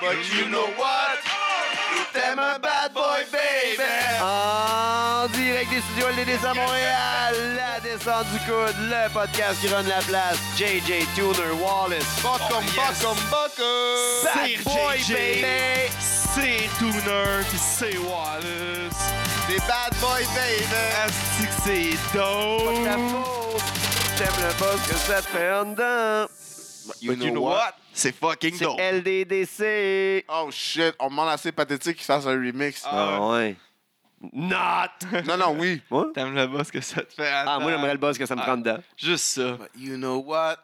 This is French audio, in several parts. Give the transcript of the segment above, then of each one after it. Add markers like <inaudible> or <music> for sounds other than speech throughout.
But you know what? T'aimes un bad boy, baby! En direct des studios LDDC à Montréal, la descente du coude, le podcast qui run la place, JJ Tuner Wallace, Bocum, yes. Bocum, Bocum! Bad Sir boy, JJ. baby! C'est Tooner pis c'est Wallace. Des bad boy, baby! Asti que c'est Pas de ta dope. faute, T'aimes le boss que ça te fait en dedans! You, you know what? C'est fucking dope. C'est LDDC! Oh shit, on demande assez pathétique qu'ils fassent un remix. Ah Ah ouais. Not! Non, non, oui. Moi? T'aimes le boss que ça te fait Ah, moi, attendre. j'aimerais le boss que ça me Ah. prend dedans. Juste ça. But you know <laughs> what?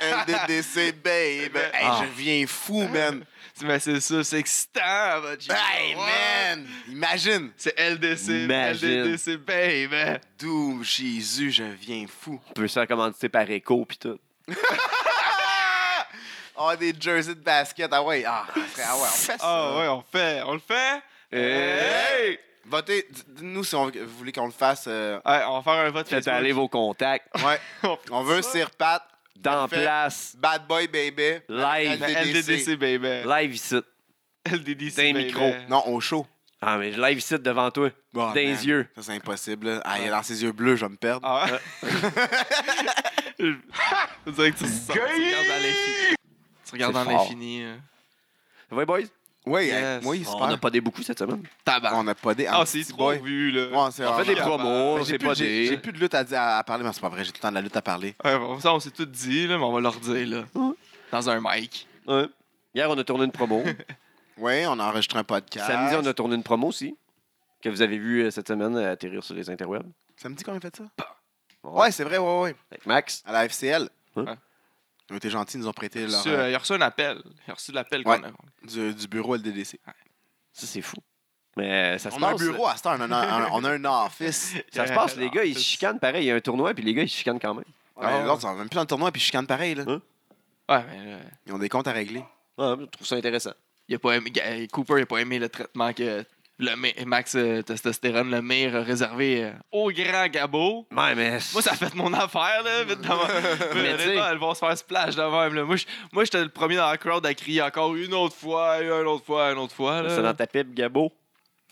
LDDC, babe. Hey, Ah. je viens fou, man. Tu mets c'est ça, c'est excitant, but you Hey, know what? man! Imagine! C'est LDC, Imagine. LDDC, baby. D'où Jésus, je viens fou. Tu peux se faire commander par Echo pis tout. Ah, des jerseys de basket. Ah ouais, ah, frère, ah ouais, on fait ça. Ah ouais, on fait, on le fait. Hey! Votez, d- dites-nous si on- vous voulez qu'on le fasse. euh, Ouais, on va faire un vote Faites Facebook. aller vos contacts. Ouais, on veut Sir Pat, Dans Parfait. place, Bad Boy Baby. live, LDDC. LDDC, baby. live ici. LDDC, Des baby. micros. Non, au show. Ah, mais je live ici devant toi. Bon, dans les yeux. Ça, c'est impossible. là. Ah, il est dans ses yeux bleus, je vais me perdre. Ah Euh. ouais? <laughs> Je dirais que tu sens- tu regardes dans l'infini. Tu regardes C'est dans fort. l'infini. euh. Ça va, boys? Oui, Yes. hein, oui, On n'a super. pas des beaucoup cette semaine. On Tabarnak. n'a pas des. Ah, Ah, c'est petit trop boy. vu, là. Ouais, c'est On fait des vraiment- promos, Ah, bah, J'ai c'est plus- pas J'ai j'ai des. plus de lutte à, dire- à parler, mais c'est pas vrai, j'ai tout le temps de la lutte à parler. Ouais, bon, ça, on s'est tout dit, là, mais on va leur dire, là. Ouais. Dans un mic. Ouais. Hier, on a tourné une promo. Oui, on a enregistré un podcast. Samedi, on a tourné une promo aussi. Que vous avez vu euh, cette semaine euh, atterrir sur les interwebs. Samedi, qu'on a fait ça? Bon, Ouais, c'est vrai, ouais, ouais. Avec Max. À la FCL. Ouais. Ils ont été gentils, ils nous ont prêté leur, Reçu, euh, Il a reçu un appel. Il a reçu l'appel Ouais. qu'on a. du, du bureau LDDC. Ça, c'est fou. Mais euh, ça se On a un passe. euh, bureau à cette heure, on a un, on a un <laughs> office. Ça se passe, les gars, ils se chicanent pareil. Il y a un tournoi, puis les gars, ils se chicanent quand même. Ouais, mais les autres, ils sont même plus dans le tournoi, puis je chicane pareil. Là. Hein? Ouais, mais là, Ils ont des comptes à régler. Ouais, je trouve ça intéressant. il a pas aimé, Ga- Cooper n'a pas aimé le traitement que le Ma- Max euh, Testostérone le maire a réservé euh, au grand Gabo. Ouais, mais. Moi, ça a fait mon affaire, là, vite devant. <laughs> Mais Mais tu sais- elles vont se faire splash de même, là. Moi, je- moi, j'étais le premier dans la crowd à crier encore une autre fois, et une autre fois, une autre fois, là. C'est dans ta pipe, Gabo.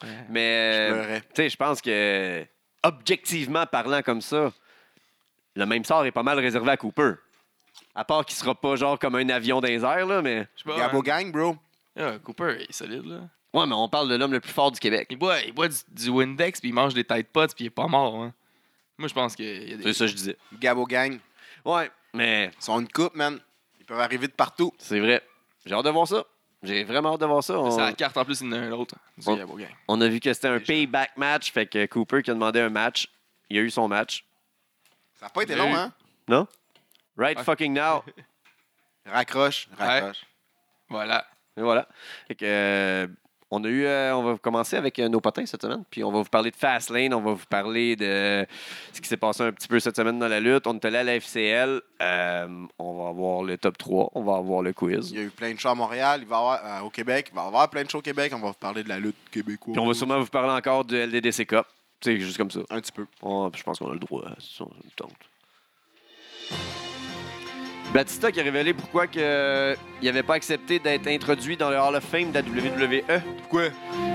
Ouais. Mais. Je euh, pleurais. Tu sais, je pense que, objectivement parlant comme ça, le même sort est pas mal réservé à Cooper. À part qu'il sera pas genre comme un avion dans les airs, là, mais. Je sais pas, Gabo hein. Gang, bro. Ah, Cooper, il est solide, là. Ouais, mais on parle de l'homme le plus fort du Québec. Il boit, il boit du, du Windex, puis il mange des têtes potes, puis il est pas mort, hein. Moi, je pense qu'il y a C'est des... ça que je disais. Gabo Gang. Ouais, mais Ils sont une coupe, man. Ils peuvent arriver de partout. c'est vrai. J'ai hâte de voir ça. J'ai vraiment hâte de voir ça. C'est la On, carte, en plus, il y en a un autre. Du On- Gabo Gang. on a vu que c'était un Déjà. payback match, fait que Cooper qui a demandé un match, il a eu son match. Ça n'a pas été Oui. long, hein? Right Ouais. fucking now. Raccroche, raccroche. Voilà. Et voilà. Fait que, euh, on a eu, euh, on va commencer avec euh, nos potins cette semaine, puis on va vous parler de Fastlane, on va vous parler de ce qui s'est passé un petit peu cette semaine dans la lutte. On est allé à la FCL, euh, on va avoir le top 3, on va avoir le quiz. Il y a eu plein de shows à Montréal, il va y avoir, euh, au Québec, il va y avoir plein de shows au Québec. On va vous parler de la lutte québécoise. Puis on va sûrement vous parler encore de LDDC Cup. C'est juste comme ça. Un petit peu. On- je pense qu'on a le droit, hein, si on le tente. Batista qui a révélé pourquoi que, euh, il n'avait pas accepté d'être introduit dans le Hall of Fame de la WWE. Pourquoi?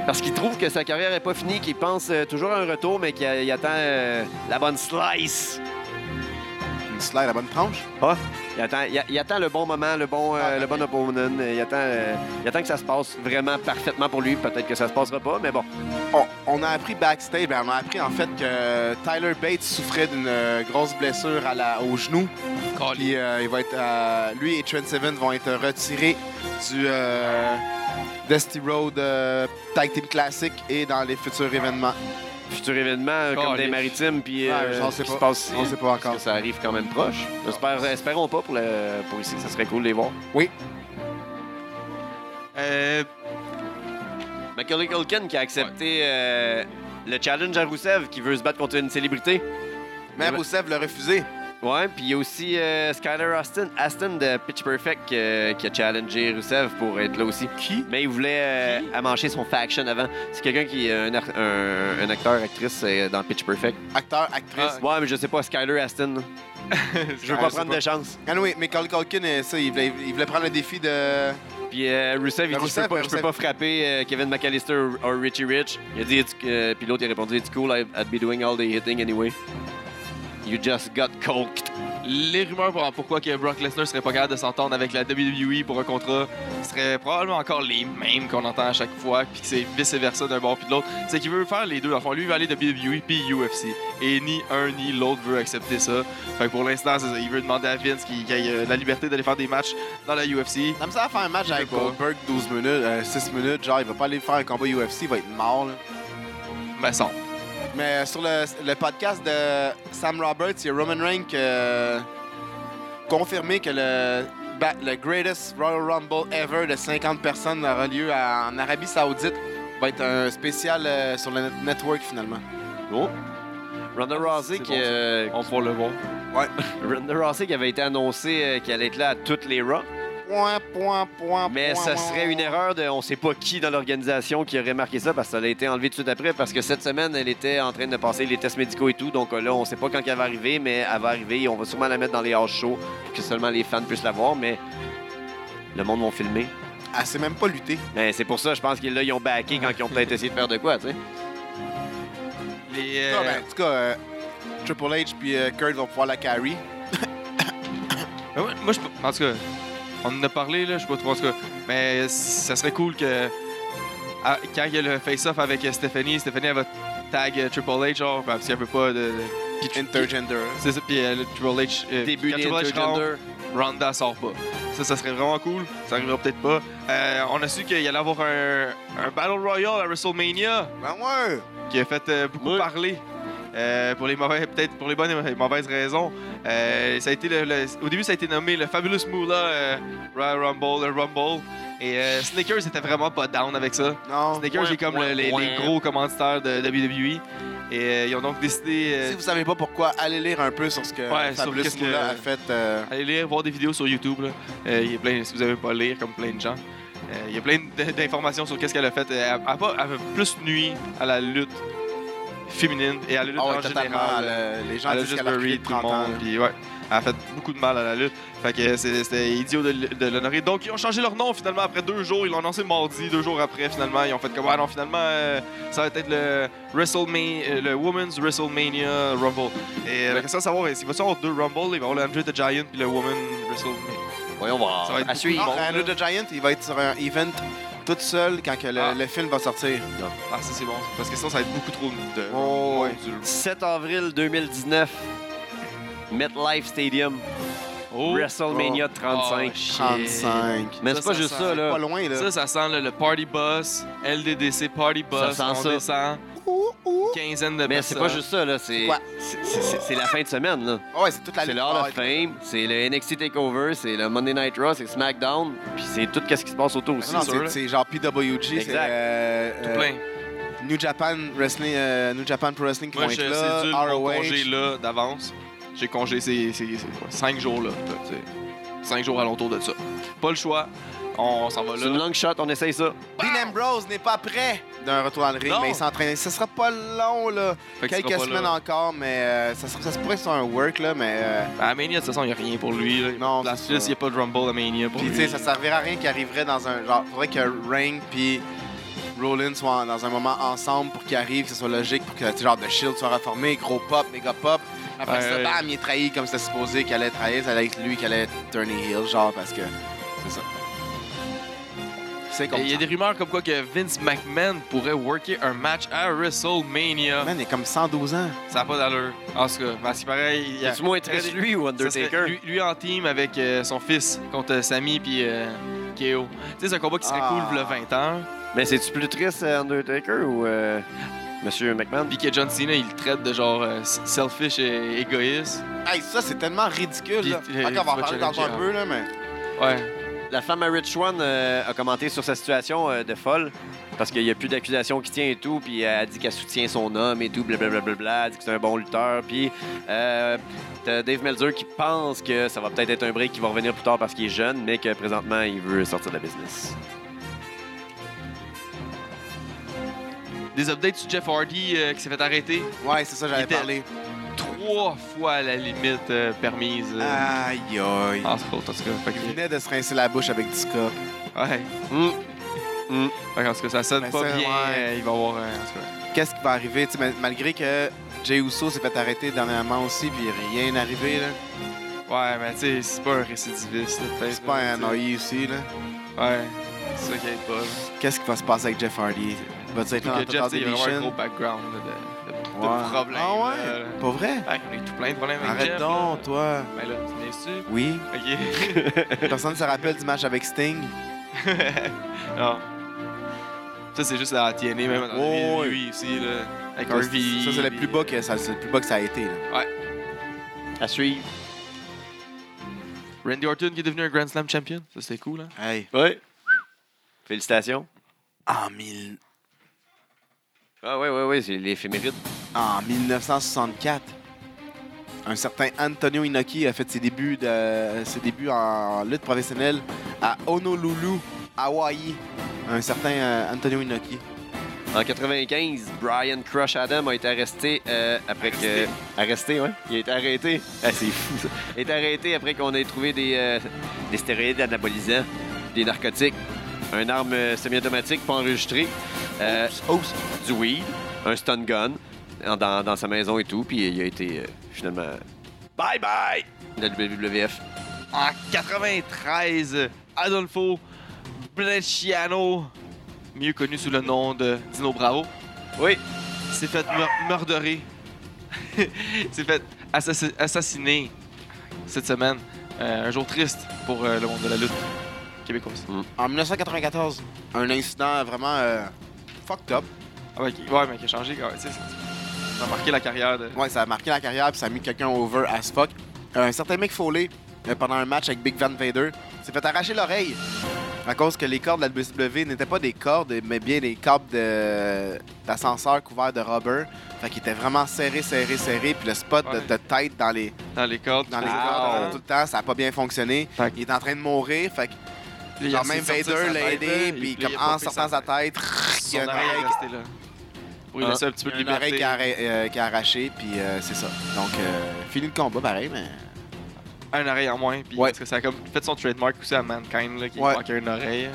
Parce qu'il trouve que sa carrière n'est pas finie, qu'il pense euh, toujours à un retour, mais qu'il a- il attend euh, la bonne slice. Une slide à la bonne tranche? Il attend, il a- il attend le bon moment, le bon, euh, Ah, le bon opponent. Il attend, euh, il attend que ça se passe vraiment parfaitement pour lui. Peut-être que ça se passera pas, mais bon. On, on a appris backstage, ben, on a appris en fait que Tyler Bates souffrait d'une euh, grosse blessure à la, au genou. Puis euh, il va être, euh, lui et Trent Seven vont être retirés du euh, Dusty Road euh, Tag Team Classic et dans les futurs événements. Futur événement euh, comme Calé. des maritimes, puis Ouais, euh, on sait qui pas. se passe On sait pas Parce encore. que ça arrive quand même proche. J'espère- espérons pas pour, le- pour ici, ça serait cool de les voir. Euh, Macaulay Culkin qui a accepté euh, le challenge à Rousseff qui veut se battre contre une célébrité. Mais Rousseff l'a refusé. Ouais, puis il y a aussi euh, Skyler Aston, Aston de Pitch Perfect euh, qui a challengé Rousseff pour être là aussi. Qui? Mais il voulait euh, amancher son faction avant. C'est quelqu'un qui est un, ar- un- un acteur, actrice euh, dans Pitch Perfect. Acteur, actrice. Ouais, mais je sais pas, Skyler Aston. <laughs> là. Ah. Je veux Ah, pas je sais prendre pas. de chance. Ah oui, mais Carl Culkin, euh, ça, il voulait, il voulait prendre le défi de Puis euh, Rusev, il dit Je Ben, Rusev, peux pas, ben, je peux Rusev. pas frapper euh, Kevin McAllister ou- or Richie Rich. Il a dit It's- euh, Puis l'autre, il a répondu It's cool, I- I'd be doing all the hitting anyway. You just got coked. Les rumeurs pour pourquoi que Brock Lesnar serait pas capable de s'entendre avec la WWE pour un contrat seraient probablement encore les mêmes qu'on entend à chaque fois, puis que c'est vice-versa d'un bord puis de l'autre. C'est qu'il veut faire les deux. Enfin, lui, il veut aller WWE puis UFC. Et ni un ni l'autre veut accepter ça. Fait que pour l'instant, c'est ça. il veut demander à Vince qu'il qu'il ait euh, la liberté d'aller faire des matchs dans la UFC. La misère à faire un match avec Je sais pas. Goldberg 12 minutes, euh, 6 minutes, genre il va pas aller faire un combat UFC, il va être mort. là. Mais sans. Mais euh, sur le, le podcast de Sam Roberts, il y a Roman Reigns qui a confirmé que le, ba- le greatest Royal Rumble ever de 50 personnes aura lieu à- en Arabie Saoudite. Va être un spécial euh, sur le net- network finalement. Oh. Ronda Rousey C'est qui, bon, ça. euh, On pourra le voir. Ronda Rousey qui avait été annoncé euh, qu'elle allait être là à toutes les Raw. Point, point, point, Mais point, ça point. serait une erreur de on sait pas qui dans l'organisation qui aurait marqué ça parce que ça a été enlevé tout de suite après parce que cette semaine elle était en train de passer les tests médicaux et tout donc euh, là on sait pas quand elle va arriver mais elle va arriver et on va sûrement la mettre dans les house shows pour que seulement les fans puissent la voir mais le monde vont filmer. Elle sait Ah, même pas lutter. Ben, c'est pour ça je pense qu'ils là, ils ont backé quand ils ont peut-être essayé de faire de quoi tu sais. Les, euh, Ah, ben, en tout cas, euh, Triple H puis euh, Kurt vont pouvoir la carry. Ben ouais, moi, je peux- En tout cas, on en a parlé, là, je sais pas trop. En tout cas, mais ça serait cool que. à- quand il y a le face-off avec euh, Stephanie, Stephanie, elle va tag euh, Triple H, genre, ben, parce qu'elle veut pas de. de- puis- Intergender. C'est ça, puis euh, le Triple H. euh, Début quand des Triple H rentre, intergender. Ronda sort pas. Ça, ça serait vraiment cool. Ça arrivera peut-être pas. Euh, on a su qu'il allait avoir un, un Battle Royale à WrestleMania Ben ouais! qui a fait euh, beaucoup Oui. parler. euh, pour les mauvais, peut-être pour les bonnes et mauvaises raisons. Euh, ça a été le- le- au début, ça a été nommé le Fabulous Moolah euh, Royal Rumble, le Rumble. Et euh, Snickers était vraiment pas down avec ça. Non. Snickers, j'ai comme le- les, les gros commanditaires de WWE. Et euh, ils ont donc décidé euh, Si vous savez pas pourquoi, allez lire un peu sur ce que Ouais, sur Fabulous qu'est-ce que- Moolah a fait. euh, Allez lire, voir des vidéos sur YouTube. là. Euh, il y a plein, si vous n'avez pas lire, comme plein de gens. Euh, il y a plein d- d'informations sur qu'est-ce qu'elle a fait. Euh, Elle a, pas- elle a plus nuit à la lutte féminine et à la lutte Ah ouais, en totalement. général. elle, euh, les gens elle a disent juste qu'elle a bury pris tout le 30 ans. monde. Puis ouais, elle a fait beaucoup de mal à la lutte. Fait que c'est- c'était idiot de, l- de l'honorer. Donc ils ont changé leur nom finalement après deux jours. Ils l'ont annoncé mardi, deux jours après finalement. Ils ont fait comme ah non finalement euh, ça va être le WrestleMania, euh, le Women's WrestleMania Rumble. Et la question à savoir est-ce qu'il va y avoir deux Rumble Il va y avoir le Andrew the Giant puis le Women's WrestleMania. Voyons voir. Ça va être À beaucoup suivre. de Non, monde, Andrew là. the Giant, il va être sur un event toute seule quand que le, Ah. le film va sortir. Ah ça c'est bon ça. parce que sinon ça va être beaucoup trop de. Oh, ouais. Mon Dieu. 7 avril 2019 MetLife Stadium Oh. WrestleMania 35. Oh, shit. 35. mais Ça, c'est ça, pas juste ça, ça c'est là. Pas loin, là. Ça, ça sent le, le party bus, LDDC party bus, Ça sent on ça. descend, Ouh, ouh. quinzaine de Mais c'est personnes. pas juste ça, là. C'est, C'est quoi? c'est, c'est- c'est- c'est la fin de semaine, là. Ah ouais, c'est toute la C'est lutte. le Hall of Ah, Fame, c'est le NXT TakeOver, c'est le Monday Night Raw, c'est SmackDown, puis c'est tout ce qui se passe autour aussi. non, sûr, c'est- là. c'est genre PWG, c'est Exact. euh, Tout euh, plein. New Japan Wrestling, euh, New Japan Pro Wrestling qui Moi, vont je- être c'est là, dur mon congé ROH. là d'avance. J'ai congé ces, ces- ces- quoi, cinq jours là. là, tu sais. Cinq jours alentour de ça. Pas le choix. On s'en va C'est une là. long shot, on essaye ça. Dean Ambrose n'est pas prêt d'un retour dans le ring, Non. mais il s'entraîne. Ce sera pas long, là. Fait que tu Quelques seras pas semaines là. encore, mais euh, ça, sera- ça se pourrait que ce soit un work, là, mais... euh, À Mania, de toute façon, il n'y a rien pour lui. Là. Non, La c'est ça. Suisse, il n'y a pas de Rumble à Mania pour Puis, tu lui. sais, ça servirait à rien qu'il arriverait dans un. Genre, faudrait que Reign puis Rollins soient en- dans un moment ensemble pour qu'il arrive, que ce soit logique, pour que, tu sais, genre, The Shield soit reformé, gros pop, méga pop. Après Ouais, ça, ouais. bam, il est trahi comme c'était supposé qu'il allait trahir, ça allait être lui qui allait turner heel, genre, parce que. C'est ça. C'est comme Et Il y a ça. des rumeurs comme quoi que Vince McMahon pourrait worker un match à WrestleMania. Man, il est comme 112 ans. Ça n'a pas d'allure. En tout cas, parce que pareil, il y a... C'est moins triste, lui ou Ça serait Undertaker. Lui, lui en team avec euh, son fils contre Sami puis euh, KO. Tu sais, c'est un combat qui serait Ah. cool cool le 20 ans. Mais c'est-tu plus triste, euh, Undertaker ou euh, Monsieur McMahon? Puis que John Cena, il le traite de genre euh, selfish et égoïste. Hey, ça, c'est tellement ridicule, là. Puis, euh, Encore, on va en tu vas parler dans challenger, un peu, là, mais. Ouais. La femme à Rich One euh, a commenté sur sa situation euh, de folle. Parce qu'il n'y a plus d'accusation qui tient et tout, puis elle dit qu'elle soutient son homme et tout, blablabla, elle dit que c'est un bon lutteur, puis euh, t'as Dave Melzer qui pense que ça va peut-être être un break qui va revenir plus tard parce qu'il est jeune, mais que présentement il veut sortir de la business. Des updates sur Jeff Hardy euh, qui s'est fait arrêter Ouais, c'est ça, j'avais était- parlé. trois fois à la limite euh, permise. euh, Aïe, aïe. Ah, Entre autres, en tout cas. Fait que- Il venait de se rincer la bouche avec du Scott. Ouais. Hmm. En tout cas, ça sonne Mais pas Ben ça, bien. ouais. euh, Il va y avoir. euh, en tout cas. Qu'est-ce qui va arriver? Tu sais, mal- malgré que Jay Uso s'est fait arrêter dernièrement aussi, puis rien n'est arrivé. là. Ouais, mais tu sais, c'est pas un récidiviste. là, peut-être, C'est pas là, un tu sais. annoyé aussi. Là. Ouais. C'est ça qui aide pas. là. Qu'est-ce qui va se passer avec Jeff Hardy? Va-t-il être en Puis que Jeff, Total tu sais, il y a vraiment un Deletion? gros background là, de, de, de Ouais. problèmes. Ah ouais? là, là. Pas vrai? Ouais, on a eu tout plein de problèmes avec Arrête Jeff. donc, là. toi. Ben là, tu viens sûr. Oui. Ok. <laughs> Personne ne se rappelle du match avec Sting. non. Ça, c'est juste la TNA, même dans Ouais, le lui aussi, là. Avec Ça, Harvey. c'est le plus bas que ça, c'est le plus bas que ça a été. là. <laughs> À suivre. Randy Orton qui est devenu un Grand Slam champion. Ça, c'était cool, hein. Hey. Oui. Félicitations. En, mille- Ah oui, oui, oui, c'est l'éphéméride. en 1964, un certain Antonio Inoki a fait ses débuts, de, ses débuts en lutte professionnelle à Honolulu, Hawaï. Un certain euh, Antonio Inoki. En 95, Brian Crush Adam a été arresté euh, après que. Arresté, ouais. Il a été arrêté. Ah, c'est fou ça. Il a été arrêté après qu'on ait trouvé des, euh, des stéroïdes anabolisants, des narcotiques, une arme euh, semi-automatique pas enregistrée, euh, du weed, un stun gun en- dans, dans sa maison et tout. Puis il a été euh, finalement. Bye bye! La WWF. En 93, Adolfo Blecciano, mieux connu sous le nom de Dino Bravo, Oui, s'est fait meur- <laughs> meurderer. s'est fait assassi- assassiner cette semaine. Euh, un jour triste pour euh, le monde de la lutte québécoise. En 1994, un incident vraiment euh, fucked up. Ah ouais, qui- ouais, mais qui a changé. ouais, tu sais, ça ça a marqué la carrière de. Ouais, ça a marqué la carrière puis ça a mis quelqu'un over as fuck. Un certain Mick Foley, euh, pendant un match avec Big Van Vader, s'est fait arracher l'oreille à cause que les cordes de la WCW n'étaient pas des cordes, mais bien des câbles de- d'ascenseur couverts de rubber. Fait qu'il était vraiment serré, serré, serré. Puis le spot de- Ouais. Ah. de, tête dans les, dans les cordes. dans les tout Wow. cordes euh, ça. tout le temps, ça a pas bien fonctionné. Fait que- Il est en train de mourir. Fait que Puis il a genre, même essayé de sortir Vader sa l'a tête, aidé. il- Puis il a comme pas en pris sa sortant sa tête, <laughs> il y Son a une oreille est oreille restée là. Pour lui Ah. laisser un petit peu de Il y a une oreille liberté. qui a, arra- euh, qui a arraché, puis euh, c'est ça. Donc, euh, fini le combat, pareil, mais... un oreille en moins. Puis Ouais. Parce que ça a comme fait son trademark aussi à Mankind, là, qui Ouais. manquait une oreille.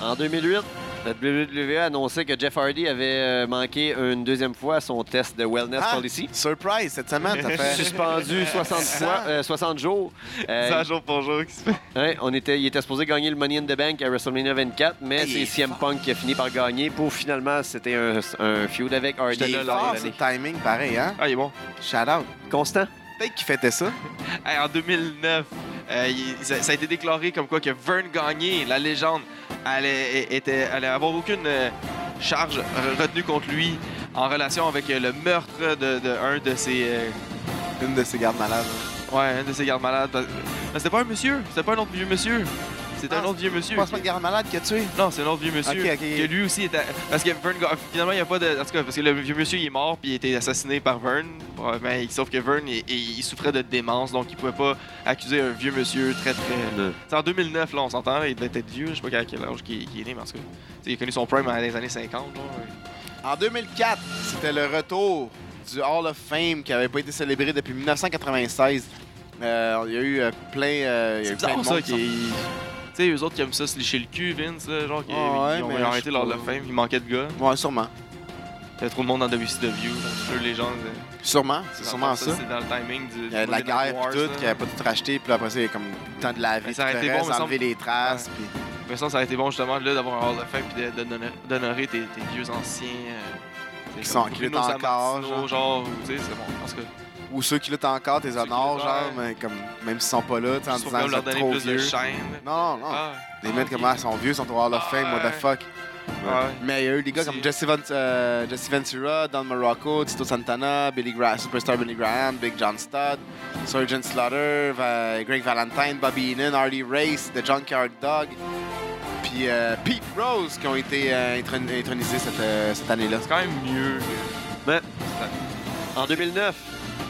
En 2008, la WWE a annoncé que Jeff Hardy avait euh, manqué une deuxième fois son test de wellness Ah! policy. Surprise, cette semaine, <laughs> ça fait... Suspendu 60, fois, euh, 60 jours. Euh, C'est un jour pour jour qui se fait. ouais, on était, il était supposé gagner le Money in the Bank à WrestleMania 24, mais Il est c'est CM fort. Punk qui a fini par gagner pour finalement, c'était un, un feud avec J'étais Hardy. là là, l'an fort, dernier. c'est le timing, pareil, hein? Ah, il est bon. Shout out. Constant. Peut-être qu'il fêtait ça. Hey, en 2009, euh, il- ça, ça a été déclaré comme quoi que Vern Gagné, la légende, allait, é- était, allait avoir aucune euh, charge re- retenue contre lui en relation avec euh, le meurtre de, de un de ses, euh, Une de ses gardes malades. ouais, un de ses gardes malades. Parce- Mais c'était pas un monsieur, c'était pas un autre vieux monsieur, c'était Ah, un autre vieux Je monsieur. pense pas le garde malade qui a tué. Non, c'est un autre vieux monsieur. Ok, ok. Que lui aussi était. Parce que Vern. Ga- Finalement, il n'y a pas de. En tout cas, parce que le vieux monsieur, il est mort, puis il a été assassiné par Vern. Probablement, sauf que Vern, il, il souffrait de démence, donc il pouvait pas accuser un vieux monsieur très, très. C'est en 2009, là, on s'entend, là, il devait être vieux, je sais pas à quel âge qu'il qu'il est né, mais en tout cas. tu sais, il a connu son prime dans les années 50, là. En 2004, c'était le retour du Hall of Fame qui avait pas été célébré depuis 1996. Euh, il y a eu euh, plein, euh, il y a C'est eu bizarre, plein de ça, monde qui qui. sont- Tu sais, eux autres qui aiment ça se licher le cul, Vince, là, genre, qui Ah ouais, ils ont mais je arrêté sais leur pas. fame, il manquait de gars. Ouais, sûrement. Il y avait trop de monde dans WCW, là, c'est eux, les gens. euh, Sûrement, c'est sûrement ça. C'est dans le timing du. Il y avait de la guerre pis tout, qui avait pas tout racheté, puis après ça, il y a comme le temps de laver, Mais tout ça aurait été le bon, reste, me semble. enlever les traces, puis... Mais ça, ça aurait été bon justement là d'avoir un Hall of Fame puis de- d'honorer- d'honorer tes, tes vieux anciens. euh, t'sais, Qui comme sont- qui luttent Bruno encore, Sammartino, genre, ou, tu sais, c'est bon. Parce que ou ceux qui luttent encore, tes Ceux qui honneurs, luttent, genre, ouais. mais comme, même s'ils sont pas là, tu sais, en juste pour disant comme que leur c'est donner trop plus de vieux. chaîne. Non, non, non. Ah, Les ah, mecs ok. comme ah, ils sont vieux, ils sont au Hall of Fame, Ah, what the ouais. fuck. Ah, ouais. Mais il y a eu des gars Aussi. comme Jesse, Van- euh, Jesse Ventura, Don Morocco, Tito Santana, Billy Gra- Superstar Billy Graham, Big John Studd, Sergeant Slaughter, Va- Greg Valentine, Bobby Heenan, Harley Race, The Junkyard Dog, puis euh, Pete Rose qui ont été euh, intron- intronisés cette, euh, cette année-là. C'est quand même mieux. que- Mais ça- en 2009,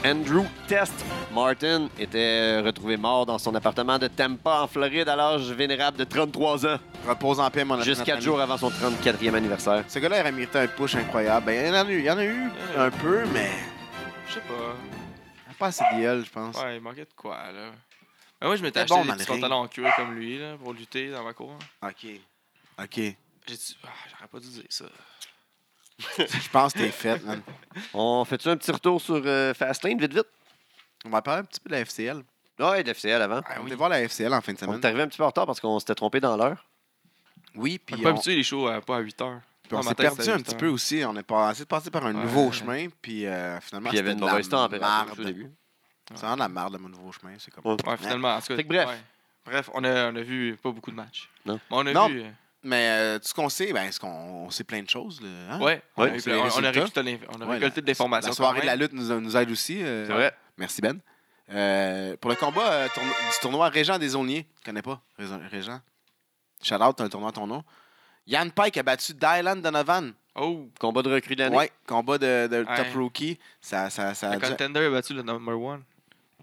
Andrew Test Martin était retrouvé mort dans son appartement de Tampa, en Floride, à l'âge vénérable de 33 ans, Repose en paix, mon ami, juste notre 4 ami. jours avant son 34e anniversaire. Ce gars-là, il aurait mérité un push incroyable. Ben, il, y en a eu, il y en a eu un peu, mais Je sais pas. pas assez de gueule, je pense. Ouais, il manquait de quoi là. Mais moi, je m'étais acheté C'était bon des dans petits le ring. pantalons en cuir comme lui là, pour lutter dans ma cour. OK. OK. Je J'ai dit, ah, j'aurais pas dû dire ça. pense que t'es faite, man. On fait-tu un petit retour sur euh, Fastlane, vite, vite? On va parler un petit peu de la FCL. Ouais, de la FCL avant. on était voir la FCL en fin de On semaine. est arrivé un petit peu en retard parce qu'on s'était trompé dans l'heure. Oui, puis On est on- pas habitué les shows à, pas à 8 heures. puis on Ah, s'est matin, perdu c'était un huit petit heures. peu aussi. On a passé de passer par un Ouais. nouveau chemin, puis euh, finalement, Puis il y avait c'était une de la mauvaise température au marde. début. C'est vraiment de la marde, mon nouveau chemin. C'est comme... Ouais. Ouais, finalement, en tout cas. Fait que bref. ouais. Bref, on a, on a vu pas beaucoup de matchs. Non. Mais on a Non. vu. euh, Mais euh, tout ce qu'on sait, ben, c'est qu'on on sait plein de choses. Là, hein? Ouais, on, Ouais, a, eu c'est plein- les on- on a résultats. récolté, de l'inf- on a Ouais, récolté de l'information. La soirée quand de la même. lutte nous, nous aide aussi. euh, C'est vrai. Merci, Ben. Euh, pour le combat euh, tourno- du tournoi Régent des Aulniers, je connais pas Régent- Régent. Shout out, t'as un tournoi à ton nom. Yann Pike a battu Dylan Donovan. Oh, Combat de recrue de l'année. Ouais, combat de, de Ouais. top rookie. Ça, ça, ça a le dû- contender a battu le number one.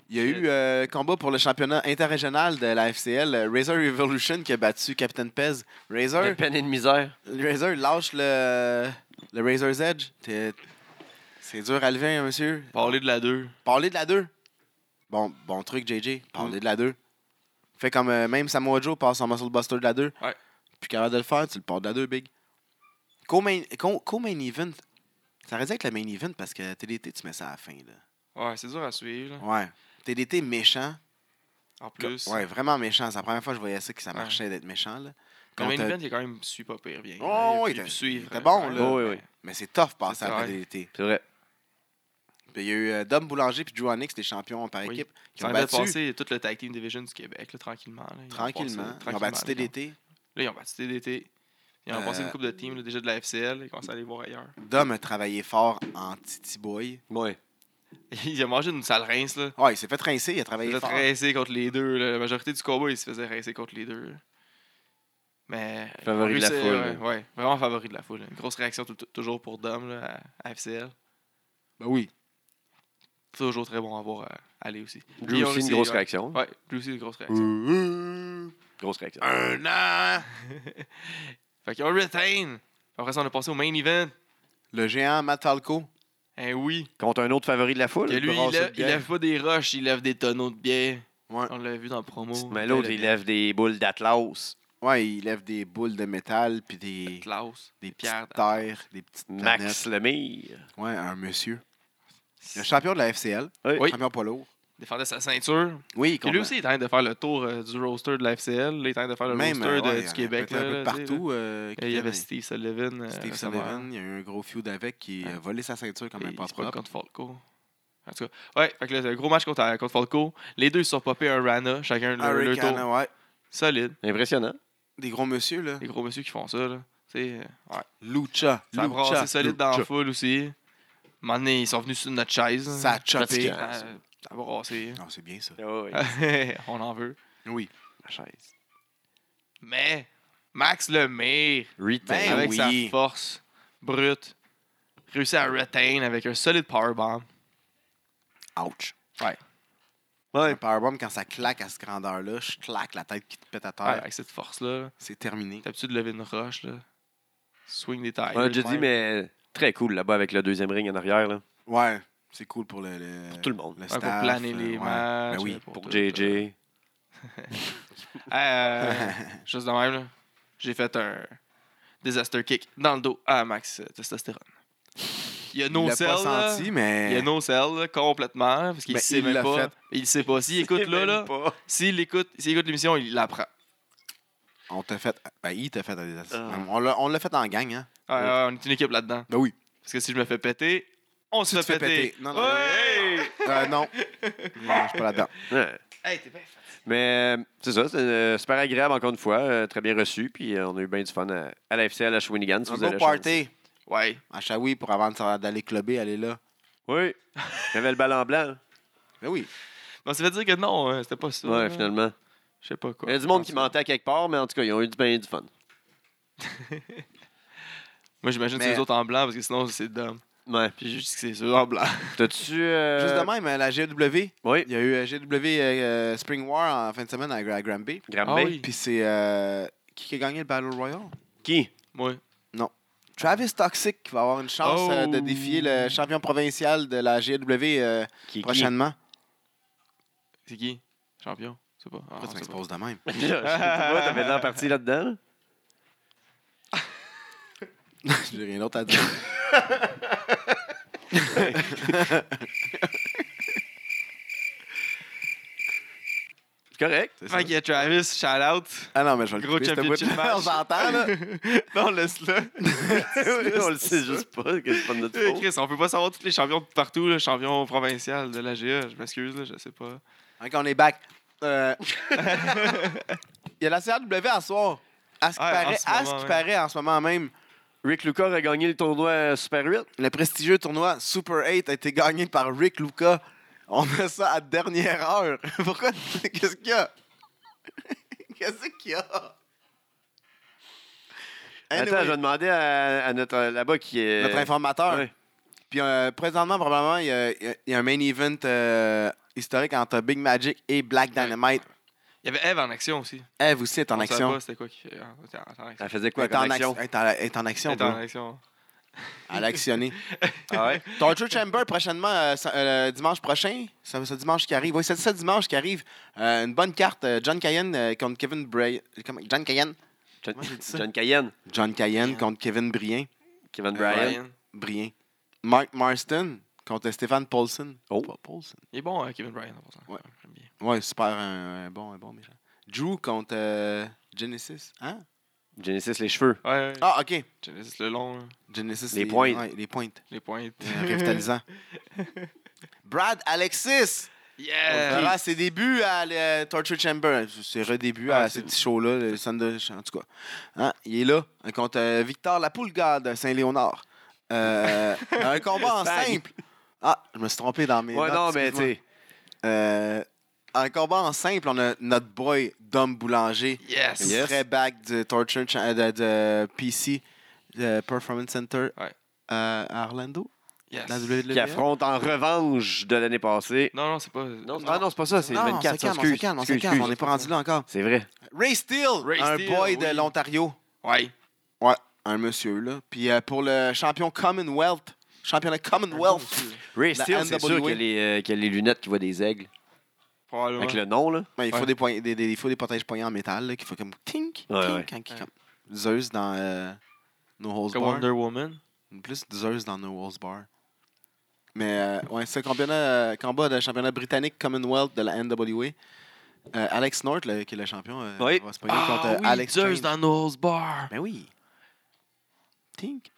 Il y a eu euh, combat pour le championnat interrégional de la FCL, euh, Razor Revolution qui a battu Captain Pez. De Razor, peine et de misère. Razor lâche le, le Razor's Edge. T'es- C'est dur à lever, hein, monsieur. Parler de la 2. Parler de la 2. Bon, bon truc, JJ. Parler de la 2. Fait comme euh, même Samoa Joe passe en Muscle Buster de la 2. Ouais. Puis capable de le faire, tu le portes de la 2, big. Co-main co- co-main event. Ça aurait dû être le main event parce que TDT, tu mets ça à la fin. Là. Ouais, c'est dur à suivre. là. Ouais. TDT méchant. En plus, Ouais, vraiment méchant. C'est la première fois que je voyais ça que ça Ouais. marchait d'être méchant. Là. le Contre- main event, il est quand même su pas pire bien. Oh, il il a était- pu suivre. il était bon, Ouais, là. Oui, oui. Mais c'est tough passer C'est à la vrai. TDT. C'est vrai. Puis il y a eu euh, Dom Boulanger puis Drew Onyx, les champions par Oui. équipe, qui Ça ont avait battu passé toute le tag team division du Québec, là, tranquillement. là. Ils ont passé- tranquillement. Ils ont battu tranquillement, TDT. Là, ils ont battu TDT. Ils ont Euh, passé une coupe de team là, déjà de la FCL. Ils commencent à aller voir ailleurs. <laughs> Dom a travaillé fort en Titi Boy. Ouais. Ils ont mangé une sale rince. Là. Ouais, il s'est fait rincer, il a travaillé Il se fort. rincer contre les deux. là. La majorité du combat, ils se faisaient rincer contre les deux. Mais. ils ont Favori de la réussi, foule, Ouais, là. ouais, vraiment favori de la foule. là. Une grosse réaction tout- toujours pour Dom là, à, à FCL. Ben oui. Toujours très bon à voir à- aller aussi. Drew Ils ont aussi, une réussi, grosse ouais. réaction. Ouais, lui aussi, une grosse réaction. Euh, euh, Grosse réaction. Un an! <laughs> Fait qu'ils ont retain. Après ça, on a passé au main event. Le géant Matt Falco. Eh oui. Contre un autre favori de la foule. Que lui, il brasseur de lève, il bière. lève pas des roches, il lève des tonneaux de bière. Ouais. On l'a vu dans le promo. Mais l'autre, il lève des boules d'Atlas. Ouais, il lève des boules de métal puis des, Klaus. des pierres petites terres, des petites Max planètes. Lemire. Ouais, un monsieur. Le champion de la FCL. Oui. Champion pas lourd. Défendait sa ceinture. Oui, Et lui aussi, il est en train de faire le tour euh, du roster de la FCL. là, il est en train de faire le Même euh, roster de- ouais, du Québec. Il y en a là, un peu là, tu sais, partout. euh, là. Et Il y avait Steve, Steve Sullivan. euh, récemment. Sullivan. Il y a eu un gros feud avec qui a volé sa ceinture quand Et même il pas se bat propre. contre Falco. En tout cas, ouais, fait que là, c'est un gros match contre, euh, contre Falco. Les deux, ils se sont popés un Rana, chacun leur, leur tour. Hurricane, ouais. Solide. Impressionnant. Des gros monsieur, là. Les gros messieurs qui font ça, là. Tu sais, euh, ouais. Lucha. Ça a Lucha. brassé solide dans Lucha. la foule aussi. À un moment donné, ils sont venus sur notre chaise. Ça a chopé. Fatigant. Ah, Ça va brasser. Non, Ah, c'est bien ça. Ah Oui, <laughs> On en veut. Oui. la chaise. Mais Max Lemire, Retain. Ben avec sa oui. force brute, réussit à retain avec un solide powerbomb. Ouch. Un Ouais. powerbomb, quand ça claque à cette grandeur-là, je claque la tête qui te pète à Ouais, terre. avec cette force-là. C'est terminé. T'as l'habitude de lever une roche, là. Swing des tailles. On a déjà dit, mais très cool là-bas avec le deuxième ring en arrière. Là. Ouais. C'est cool pour le, le- Pour tout le monde. le Ouais, staff. pour planer euh, les ouais. <laughs> matchs. Ben oui, euh, Pour tout, <laughs> euh. JJ. Euh, juste de même, là, j'ai fait un disaster kick dans le dos à Max euh, Testostérone. Il a il no l'a sell, pas là. senti, Il a mais... no sell, là, complètement, parce qu'il Ben, sait il même l'a pas. fait. Il sait pas. <laughs> S'il écoute là, là, s'il écoute, s'il écoute l'émission, il l'apprend. On t'a fait... Ben, il t'a fait un désastre. Ah. On l'a- On l'a fait en gang, hein. Ouais, Ouais. ouais, Euh, on est une équipe là-dedans. Ben oui. Parce que si je me fais péter, on se Tu fait, te fais péter. péter. Non, non, non. Ouais! Euh, non. non, je suis pas là-dedans. Ouais. Hey, t'es bien fait. Mais euh, c'est ça, c'est euh, super agréable encore une fois, euh, très bien reçu. Puis euh, on a eu bien du fun à, à la FCL à Shawinigan. Si Un vous avez beau la chance. party Ouais. à Shawi pour avant de s'en- d'aller clubber, aller là. <laughs> Oui. Il y avait le ballon blanc. Ben oui. Mais on s'est fait dire que non, hein, c'était pas ça. Ouais, là. finalement. Je sais pas quoi. Il y a du monde qui mentait à quelque part, mais en tout cas, ils ont eu du bien du fun. Moi, j'imagine que Mais- c'est eux autres en blanc, parce que sinon, c'est dumb. Ouais. Puis je dis que c'est eux en blanc. T'as-tu. euh, Juste de même, euh, la GW, Oui. il y a eu euh, GW euh, Spring War en fin de semaine à, Gra- à Granby. Grambay. Ah oui. Puis c'est euh, qui qui a gagné le Battle Royale? Qui Ouais. Travis Toxic qui va avoir une chance Oh. euh, de défier le champion provincial de la GW euh, Qui <laughs> prochainement. C'est qui Champion Je sais pas. Ah, on Pourquoi tu sait pas. m'exposes de même? <laughs> qui? Je sais pas, t'avais de la partie là-dedans. là. J'ai rien d'autre à dire. C'est correct. <laughs> C'est ça. Fait qu'il y a Travis, shout out. Ah non, mais je vais le Gros couper, ce championship <laughs> bout-là. match. On s'entend, là. <laughs> non, laisse-le. <laughs> on le sait juste pas que c'est pas de notre Eh, faute. Chris, on peut pas savoir tous les champions de partout, le champion provincial de l'AGA. Je m'excuse, là, je sais <laughs> pas. OK, on est back. Euh, Il y a la CRW à soir. À ce qui Ouais, en paraît- ce à moment, ce qui ouais. paraît en ce moment même, Rick Lucas a gagné le tournoi Super 8. le prestigieux tournoi Super 8 a été gagné par Rick Luca. On a ça à dernière heure. <laughs> Pourquoi? Qu'est-ce qu'il y a? <laughs> Qu'est-ce qu'il y a? Attends, Anyway, je vais demander à, à notre euh, là-bas qui est. Eh, notre informateur. Ouais. Puis euh, présentement, probablement, il y, a- il y a- il y a un main event euh, historique entre Big Magic et Black Dynamite. Il y avait Eve en action aussi. Eve aussi est en On savait action. pas C'était quoi qui fait en en- en action? Elle faisait Elle quoi est en comme action. action? Elle est en- elle est en action. Elle est en bro. action. Elle a actionné. Ah ouais? Torture Chamber prochainement, euh, ça- euh, dimanche prochain. Ça ce dimanche qui arrive. Oui, c'est ça dimanche qui arrive. Euh, une bonne carte. euh, John Cayenne euh, contre Kevin Bray. comment- John Cayenne. John, Moi, j'ai <laughs> dit ça. John Cayenne, John Cayenne contre Kevin Brien. Kevin Euh, Brian. Bryan. Brien. Mark Marston contre Stéphane Paulson. Oh. Pas Paulson. Il est bon, euh, Kevin Bryan, en passant. Ouais. J'aime bien. Ouais, super. Un, un bon, un bon méchant. Drew contre euh, Genesis. Hein? Genesis, les cheveux. Ouais, ouais. Ah, OK. Genesis le long, là. Genesis. Les pointes. ouais, les pointes. les <laughs> pointes. <laughs> Euh, Revitalisant. Brad Alexis. Yeah! Ça va, c'est début à le Torture Chamber. C'est redébut Ah, à c'est- ces petits shows-là, le Sunday, en tout cas. Hein, il est là, hein, contre euh, Victor Lapoulga de Saint-Léonard. <laughs> Euh, un combat en Bang. simple. Ah, je me suis trompé dans mes ouais, notes, non, mais tu excuse-moi. sais. Euh, un combat en simple, on a notre boy Dom Boulanger, Yes! Yes. très back du Torture Cha- de, de PC, de Performance Center Ouais. euh, à Orlando. Yes. La E. WWE. Qui affronte en revanche de l'année passée. Non, non, c'est pas. Non, ah non, c'est pas ça, c'est le Non, on 24. se calme, on se excuse, calme, on se excuse, calme, on excuse. n'est pas rendu là encore. C'est vrai. Ray Steele, Ray un Steele, boy de oui. l'Ontario. Ouais. un monsieur, là. Puis euh, pour le champion Commonwealth, championnat Ah, Commonwealth, Ray La Steele, c'est sûr NWA. qu'il y, a les, euh, qu'il y a les lunettes qui voient des aigles. Probablement. Avec le nom, là. ben, il, faut Ouais. des poign- des, des- il faut des protèges poignets en métal, là, qui font comme tink, Ouais, tink, ouais. quand qui- Ouais. comme Zeus dans euh, No Holds Comme Bar. Wonder Woman. Plus Zeus dans No Holds Bar. Mais euh, ouais, c'est le championnat, euh, combat de championnat britannique Commonwealth de la NWA. Euh, Alex North, le- qui est le champion, euh, Oui. va se pogner Ah contre euh, Alex James. dans Knowles Bar. Ben oui. Tink.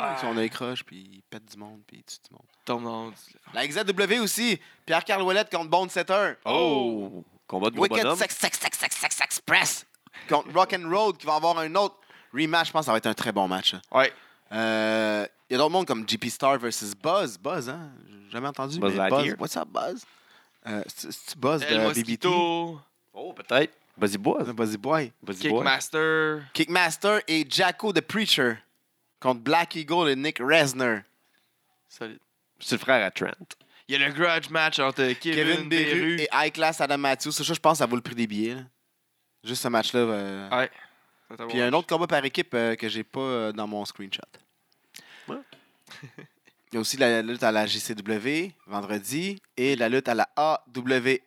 Ah. Ils sont écroche, puis ils pètent du monde, puis ils tuent du monde. Tombe dans. La XW aussi, Pierre-Carl Ouellette contre Bone Setter. Oh! Combat de gros Wicked bonhomme. Sex Sex Sex Sex Sex Express contre Rock'n'Roll qui va avoir un autre rematch. Je pense que ça va être un très bon match. ça. Ouais. Euh, Il y a d'autres mondes comme GP Star versus Buzz. Buzz, hein? J'ai jamais entendu. Buzz mais Buzz. Lightyear. What's up, Buzz? Euh, c'est- C'est-tu Buzz El de BBT? Mosquito. Oh, peut-être. Vas-y, bois. Buzzy Boy. Vas-y, bois. Kickmaster. Kickmaster et Jacko the Preacher contre Black Eagle et Nick Reznor. Solide. C'est le frère à Trent. Il y a le grudge match entre Kevin, Kevin Beru et High Class Adam Matthews. Ça, je pense que ça vaut le prix des billets. là. Juste ce match-là. Ah, euh, Ouais. Ça, t'as Puis il y a bon. un autre combat par équipe euh, que j'ai pas euh, dans mon screenshot. Ouais. <laughs> Il y a aussi la lutte à la GCW vendredi et la lutte à la AWE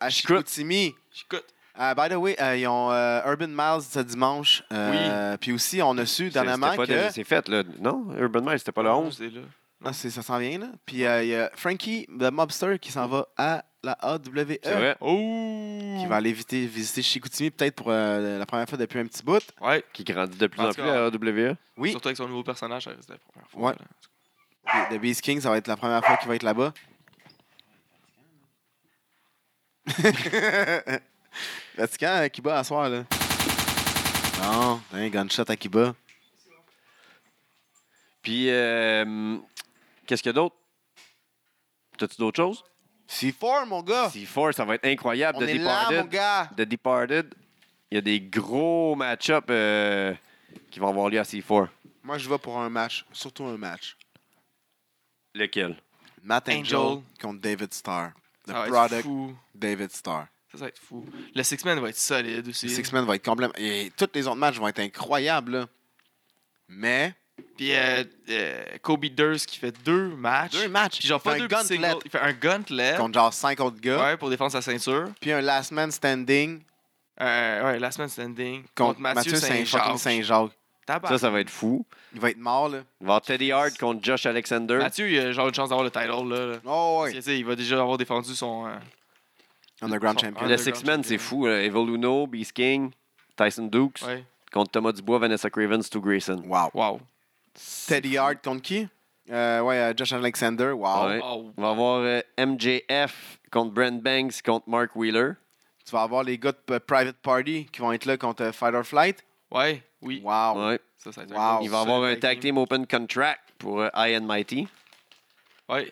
à Chicoutimi. J'écoute. Ah, by the way, euh, ils ont euh, Urban Miles ce dimanche. Euh, Puis aussi, on a su C'est- c'était dernièrement pas que. de- C'est fait, là. Non, Urban Mile, c'était pas le 11. Oh, C'est là. Ah, c'est- ça s'en vient, là. Puis euh, il y a Frankie, le mobster, qui s'en va à la E. AWE. C'est vrai. Oh! Qui va aller visiter, visiter Chicoutimi, peut-être pour euh, la première fois depuis un petit bout. Oh! Ouais. Qui grandit de plus En en tout plus cas, à AWA. Oui. Surtout avec son nouveau personnage, ça reste la première fois. Ouais. là. The- The Beast King, ça va être la première fois qu'il va être là-bas. <laughs> Vatican à Kiba à soir, là. Non, t'as un gunshot à Kiba. Puis, euh, qu'est-ce qu'il y a d'autre? T'as-tu d'autres choses? C'est fort, mon gars! C4, ça va être incroyable. On de est là, mon gars! The Departed, il y a des gros match-ups euh, qui vont avoir lieu à C4. Moi, je vais pour un match, surtout un match. Lequel? Matt Angel, Angel. contre David Starr. The Ça va être product fou. David Starr. Ça, ça va être fou. Le Six-Man va être solide aussi. Les Six-Men vont être complètement... Et tous les autres matchs vont être incroyables, là. Mais... Puis euh, euh, Kobe Durst qui fait deux matchs. Deux matchs! Puis genre pas Fait deux un hein. petits gauntlet singles. Il fait un gauntlet. contre genre 5 autres gars. Ouais, pour défendre sa ceinture. Puis un last man standing Euh, ouais, Last Man Standing. contre, Mathieu Mathieu Saint-Jacques. Saint-Jacques. Ça, Tabarnak. ça va être fou. Il va être mort, là. Il va y avoir Teddy Hart contre Josh Alexander. Mathieu, il a genre une chance d'avoir le title. Là, là. Parce Oh, que, ouais. tu sais, il va déjà avoir défendu son. euh, Underground Son- Champion. le Six-Man, c'est fou. là. Evil Uno, Beast King, Tyson Dukes ouais. contre Thomas Dubois, Vanessa Craven, Stu Grayson. Wow. Wow. Teddy Hart contre qui? Euh, ouais, euh, Josh Alexander. Wow. Ouais. Oh. On va avoir euh, MJF contre Brent Banks contre Mark Wheeler. Tu vas avoir les gars de P- Private Party qui vont être là contre euh, Fight or Flight. Ouais, oui. Wow. Ouais. Ça, ça va être Wow. gros Il va avoir un tag tag team open contract pour euh, High and Mighty. Ouais.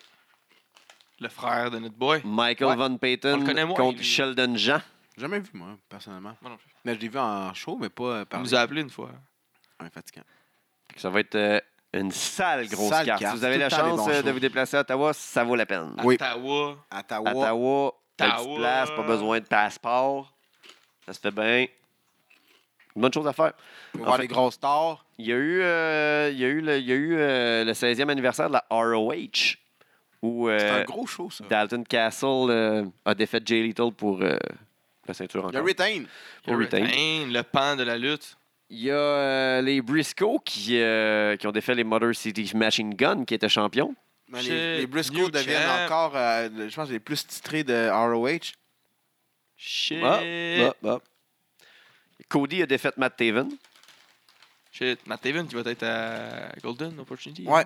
Le frère de notre boy. Michael Ouais. Van On Payton le connaît moins, contre lui. Sheldon Jean. Jamais vu, moi, personnellement. Moi non plus. Mais je l'ai vu en show, mais pas euh, Il par nous a appelé une fois. un fatigant. Ça va être euh, une sale grosse Sale carte. carte. Si vous avez Tout la le temps des chance bons euh, de shows. vous déplacer à Ottawa, ça vaut la peine. Oui. Ottawa. Ottawa. Ottawa, t'as une petite Ottawa. place, pas besoin de passeport. Ça se fait bien. Une bonne chose à faire. On va voir En fait- les grosses stars. Il y a eu, euh, il y a eu, le, il y a eu euh, le 16e anniversaire de la ROH où C'est euh, un gros show, ça. Dalton Castle euh, a défait Jay Little pour euh, la ceinture Il y a encore. Retain. Pour Kurt retain. Angle, Le pan de la lutte. Il y a euh, les Briscoe qui, euh, qui ont défait les Motor City Machine Gun qui étaient champions. Mais Shit. Les, les Briscoe New deviennent champ. encore, euh, le- je pense, les plus titrés de ROH. Shit. Ah, Bah, ah, ah. Cody a défait Matt Taven. Shit. Matt Taven qui va être à Golden Opportunity. Ouais.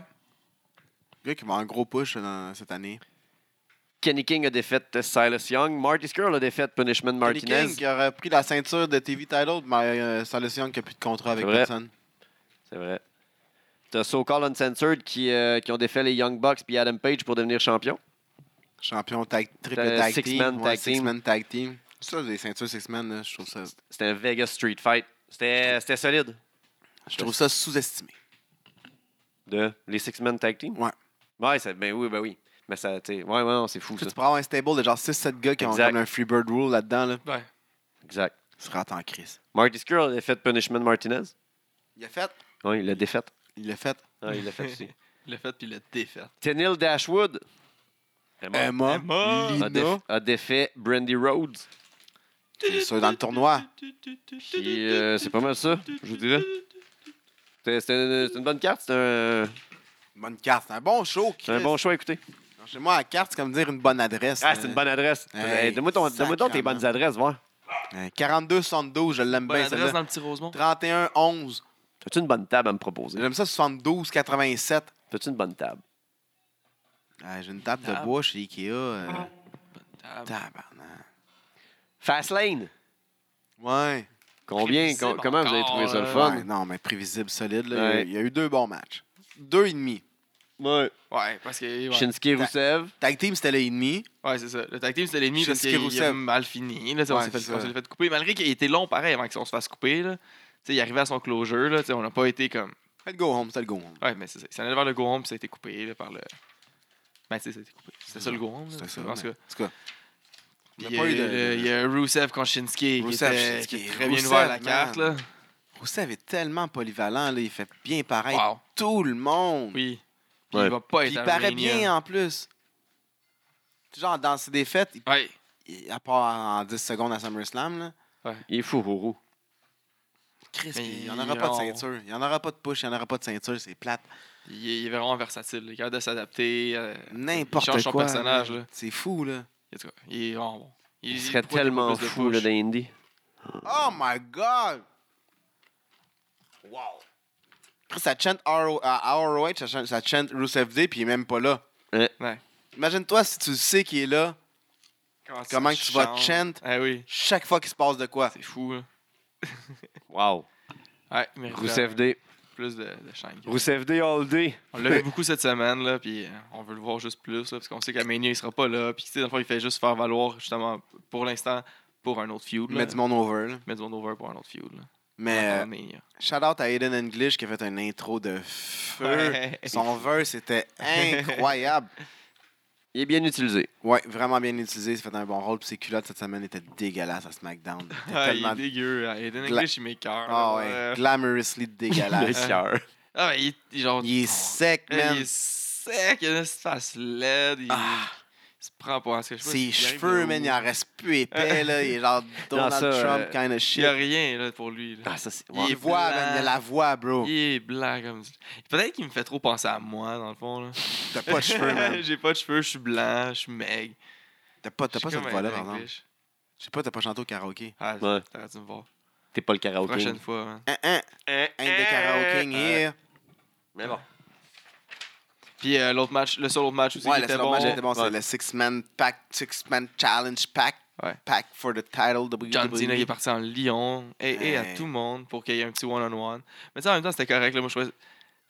Le gars qui va un gros push euh, dans, cette année. Kenny King a défait euh, Silas Young. Marty Skrull a défait Punishment Kenny Martinez. King qui aurait pris la ceinture de TV Title, mais euh, Silas Young qui n'a plus de contrat avec C'est vrai. personne. C'est vrai. T'as SoCal Uncensored qui, euh, qui ont défait les Young Bucks puis Adam Page pour devenir champion. Champion tag, triple Euh, tag, six team, man ouais, tag six team. man tag team. Ça, les ceintures six man, là, je trouve ça, C'était un Vegas Street Fight. C'était c'était solide. je trouve ça sous-estimé. De les Six Men Tag Team? Ouais. Ouais, ça- ben oui, ben oui. Mais ça, tu sais, ouais, ouais, non, c'est fou Tu ça. sais, tu pourrais avoir un stable de genre 6-7 gars qui ont Exact. comme un Freebird Rule là-dedans. Là. Ouais. Exact. Tu seras en crise. Marty Skrull a défait Punishment Martinez. Il l'a fait. Oui, il l'a défait. Il l'a fait. Ah, il l'a fait <laughs> <laughs> aussi. Le fait puis le défait. Tenil Dashwood Emma, Emma, Emma. a, déf- Lina. a défait Brandy Rhodes. C'est sûr, dans le tournoi. Puis euh, c'est pas mal ça, je vous dirais. C'était c'était une, c'était une bonne carte. C'était un, Bonne carte. C'est un bon show. c'était un Chris. bon choix, écoutez. Chez moi, la carte, c'est comme dire une bonne adresse. Ah, c'est une bonne adresse. Hey, Hey, Donne-moi ton- donne-moi donc tes sacrément. bonnes adresses, voir. Euh, 42-72, je l'aime Bonne bien adresse celle-là. Ben, dans le petit Rosemont. 31-11. As-tu une bonne table à me proposer? J'aime ça, 72-87. As-tu une bonne table? Ah, J'ai une table de Table. bois chez Ikea. euh, Ah, Tabarnak. Fastlane! Ouais. Combien? Prévisible com- comment vous avez trouvé ça le encore, fun? Ouais, non, mais prévisible, solide. Là. Ouais. Il y a eu deux bons matchs. Deux et demi. Ouais. Ah, Ouais, parce que. Ouais, Shinsuke Rusev. Tag team, c'était le et demi. ouais c'est ça. Le tag team, c'était l'ennemi parce Shinsuke qu'il il a Rusev. mal fini. Là, tu sais, on Ouais, s'est fait, c'est on ça. s'est fait couper. Malgré qu'il était long, pareil, avant qu'on se fasse couper. Là. Tu sais, il arrivait à son closure. Là, tu sais, on n'a pas été comme. Fais le go home, c'est le go home. Ouais, mais c'est ça. Il s'en allait vers le go home, puis ça a été coupé là, par le. Ben, tu sais, ça a été coupé. C'était ça le go home. là. C'était ça. En tout cas. mais- En tout cas. Puis On Il y n'a a, pas eu de- le- il y a Rusev contre Shinsuke qui Rusev, était, Shinsuke. qui a très bien Rusev, ouvert la man. carte. Là. Rousseff est tellement polyvalent, là, il fait bien pareil. Wow. Tout le monde. Oui. Puis Ouais. il va pas Puis être il à paraît Mania. bien hein. en plus. Genre, dans ses défaites, il- Ouais. il- à part en 10 secondes à SummerSlam, là, Il est fou, Rourou. Chris, Mais il n'y en aura pas de non. ceinture. Il n'y en aura pas de push, il n'y en aura pas de ceinture, c'est plate. Il est, il est vraiment versatile. là. Il est capable de s'adapter. euh, N'importe Il quoi. change son personnage, man. là. C'est fou, là. en tout cas, il est vraiment bon. Il, il serait pourquoi il tellement fait pas plus de fou, le push? d'Indy. Oh my God! Wow! Chris, ça chante RO à ROH, ça chante, ça chante Rusev Day, puis il est même pas là. Ouais. Ouais. Imagine-toi si tu sais qu'il est là, comment que tu vas chantes. chant Ah oui, chaque fois qu'il se passe de quoi. c'est fou. Là. Wow. Ouais, il mérite Rousseff D. plus de, de shine. Rousseff D all day. On l'a vu beaucoup cette semaine, là, puis euh, on veut le voir juste plus, là, parce qu'on sait qu'à Mania, il sera pas là. Puis, tu sais, dans le fond, il fait juste faire valoir, justement, pour l'instant, pour un autre feud. Là. Mettre du monde over. là. Mettre du monde over pour un autre feud. Là. Mais euh, Avant Mania. shout out à Aiden English qui a fait une intro de <laughs> feu. Ouais. Son verse était incroyable. Il est bien utilisé. Ouais, vraiment bien utilisé. Il a fait un bon rôle. Puis ses culottes cette semaine étaient dégueulasses à SmackDown. <laughs> <laughs> C'était Ah, il tellement- est dégueu. hein. Aiden Gla- English, il m'écœure. Ah là, ouais, euh. <laughs> glamorously dégueulasse. cœur. Ah, ouais, il, il- genre, Il est sec, Eh, man. Il est sec, il a une petite face laide. Il, Ah. se prend pour un sketch. Ses cheveux, man, il en reste plus épais, là. Il <laughs> est genre Donald ça, Trump euh, kind of Il n'y a shit. rien là, pour lui. là. Ah, ça, c'est. Il est Il voit, man, il a la voix, bro. Il est blanc comme ça. Peut-être qu'il me fait trop penser à moi, dans le fond. là. T'as pas de cheveux, man. <laughs> J'ai pas de cheveux, je suis blanc, je suis maigre. T'as pas, t'as Je pas suis cette comme voix-là, un par exemple. English. Je sais pas, t'as pas chanté au karaoké. Ah, Ouais. t'aurais dû me voir. T'es pas le karaoké. Prochaine fois, man. Euh, Hein, hein, Eh, hein, de karaoké, here. Mais bon. Puis euh, l'autre match, le seul autre match aussi Ouais, qui le était seul bon. match était bon, c'est Ouais. le Six-Man Pack, Six-Man Challenge Pack. Ouais. Pack for the title E. WWE. John Cena il est parti en Lyon et, et à Ouais. tout le monde pour qu'il y ait un petit one-on-one. Mais tu sais, en même temps, c'était correct. Là, moi, je trouvais-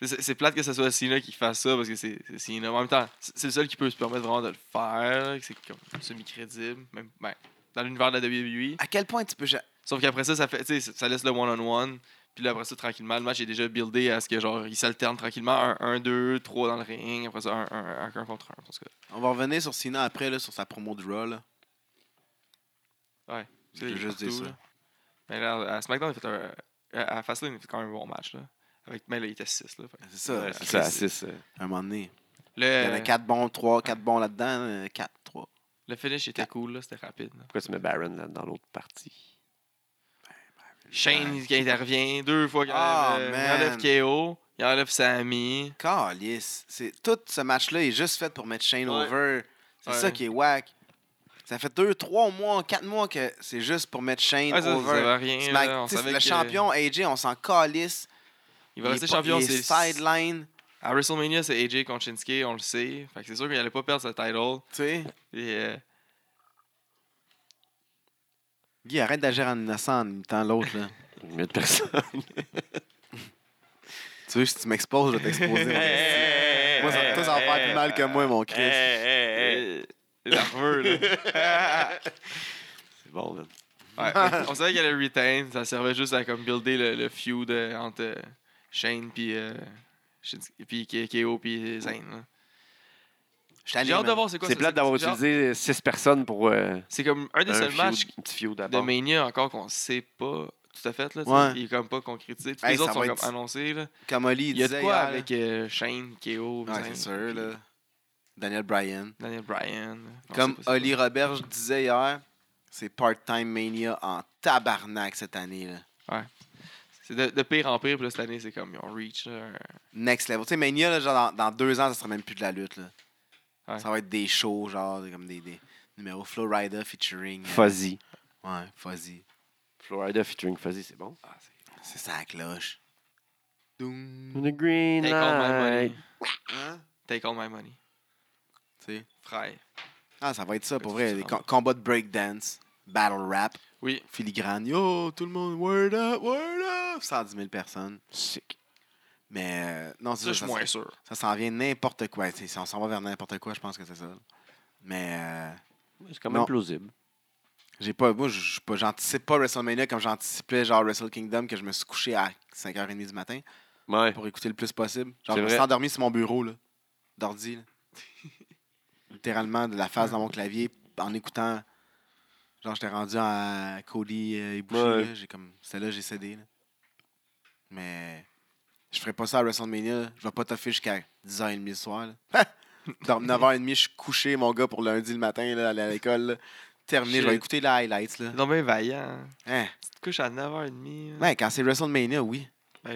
c'est, c'est plate que ce soit Cena qui fasse ça parce que c'est, c'est Cena. Mais en même temps, c'est, c'est le seul qui peut se permettre vraiment de le faire. là, que c'est comme semi-crédible. Même, ben, dans l'univers de la WWE. À quel point tu peux... ja- Sauf qu'après ça, ça, fait, tu sais, ça laisse le one-on-one. Puis là, après ça, tranquillement, le match est déjà buildé à ce que genre, il s'alterne tranquillement. 1, 2, 3 dans le ring. Après ça, 1, 1, 1 contre 1. Parce que, On va revenir sur Cena après, là, sur sa promo de Raw, là. tu sais, il Je est veux juste dire partout, ça. là. Mais là, à SmackDown, il a fait un. À à Fastlane, il a fait quand même un bon match. Là. Avec, mais là, il était 6. Là, fait que- C'est ça. Ouais, Chris, c'est ça, six, euh. À un moment donné. Il y en a le, 4 bons, 3, 4 bons là-dedans, 4, 3. le finish était cool, là, c'était rapide. là. Pourquoi tu mets Baron là, dans l'autre partie? Shane, il- il intervient deux fois. qu'il Ah, enlève, euh, man. il enlève KO, il enlève Sammy. Calice. C'est, tout ce match-là est juste fait pour mettre Shane Ouais. over. C'est Ouais. ça qui est whack. Ça fait 2, 3 mois, 4 mois que c'est juste pour mettre Shane Ah, ça, ça, over. va rien. Smack- là, on t'sais, savait le que- champion, AJ, on s'en calisse. Il va est rester pas- champion. il est c'est- sideline. À WrestleMania, c'est AJ contre Shinsuke, on le sait. Fait que c'est sûr qu'il allait pas perdre sa title. Tu sais, Et, euh, Guy, arrête d'agir en innocent en imitant l'autre. Là. Il y a personne. tu veux, si tu m'exposes, je vais t'exposer. mon <laughs> esti. moi, ça, toi, ça va faire plus mal que moi, mon Chris. Eh, euh, nerveux, là. C'est bon, man. <laughs> Ouais, on savait qu'elle allait retain, ça servait juste à comme builder le, le feud euh, entre euh, Shane puis euh, Shinsuke- puis K- KO puis Zayn. là. Je suis allé, J'ai hâte de man. voir c'est quoi C'est ça, plate d'avoir genre- utilisé six personnes pour euh, C'est comme un des un seuls matchs feud- un petit feud de d'abord. Mania encore qu'on sait pas tout à fait là, tu Ouais. sais, il est comme pas concrétisé. Tous Hey, les ça autres sont va comme être- annoncés là. Comme Oli, il Il y a de disait quoi hier, avec euh, Shane, KO, là. Ouais, Zayn, c'est sûr, puis là. Daniel Bryan. Daniel Bryan. on Comme sait pas c'est Oli quoi. Roberge disait hier, c'est part-time mania en tabarnak cette année. Là. C'est de, de pire en pire, puis là, cette année c'est comme ils ont reach là, un- Next level. Tu sais, mania, là, genre, dans, dans deux ans, ça sera même plus de la lutte. Là. Ouais. Ça va être des shows, genre, comme des, des numéros Flow Rider featuring. euh, Fuzzy. Ouais, Fuzzy. Florida featuring Fuzzy, c'est bon. Ah, c'est- C'est ça la cloche. Doum. The Green Take all my money. Hein? Take all my money. Tu sais. Frère. Ah, ça va être ça pour Petit vrai. Des différent. com- combats de breakdance, battle rap, Oui. filigrane. Yo, tout le monde, word up, word up. 110 000 personnes. Sick. Mais euh, non, c'est Ça, je suis ça, moins ça- sûr. ça s'en vient n'importe quoi. Tu sais, si on s'en va vers n'importe quoi, je pense que c'est ça. Mais euh, C'est quand même Non. plausible. j'ai pas, moi, je- je suis pas- j'anticipe pas WrestleMania comme j'anticipais genre Wrestle Kingdom que je me suis couché à 5h30 du matin Ouais. pour écouter le plus possible. Genre, C'est je me vrai. suis endormi sur mon bureau, là, d'ordi. là. <laughs> Littéralement, de la face dans mon clavier, en écoutant. Genre, j'étais rendu à Cody euh, et Boucher, Ouais. là. J'ai comme. Celle-là, j'ai cédé, là. Mais. Je ferai pas ça à WrestleMania. Je vais pas toffer jusqu'à 10h30 le soir, là. <laughs> Dans 9h30, je suis couché, mon gars, pour lundi le matin, là, aller à l'école, là. Terminé, je vais Shit. écouter les highlights, là. C'est donc bien vaillant. hein. <laughs> Hein. Tu te couches à 9h30. Ouais, quand c'est WrestleMania, oui. Ben,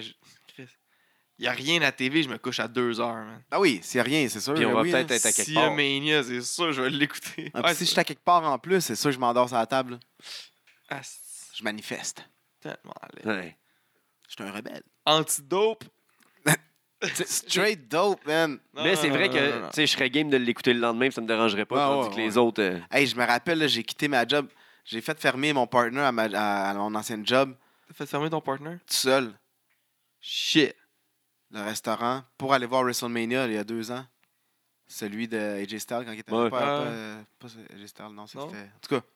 Il n'y a rien à TV, je me couche à 2h, man. Ah oui, c'est rien, c'est sûr. Puis on là, va oui, hein. là. peut-être être à quelque Si y a part. Mania, c'est sûr, je vais l'écouter. Ah, puis Ouais, si c'est- je suis à quelque part en plus, c'est sûr que je m'endors sur la table. là. Ah, c'est Je manifeste. tellement laid. Ouais. Je suis un rebelle. Antidope. Straight dope, man. Non, Mais non, c'est non, vrai non, non, que non. tu sais, je serais game de l'écouter le lendemain, ça me dérangerait pas, Ah, tandis ouais, que les ouais. autres. euh, Hey, je me rappelle, là, j'ai quitté ma job. J'ai fait fermer mon partner à, ma- à- à mon ancienne job, T'as fait fermer ton partner? tout seul, Shit. le restaurant, pour aller voir WrestleMania il y a deux ans. Celui de AJ Styles, quand il était Ouais. pas, pas, Ah. euh, pas AJ Styles, non, Non. c'était. En tout cas,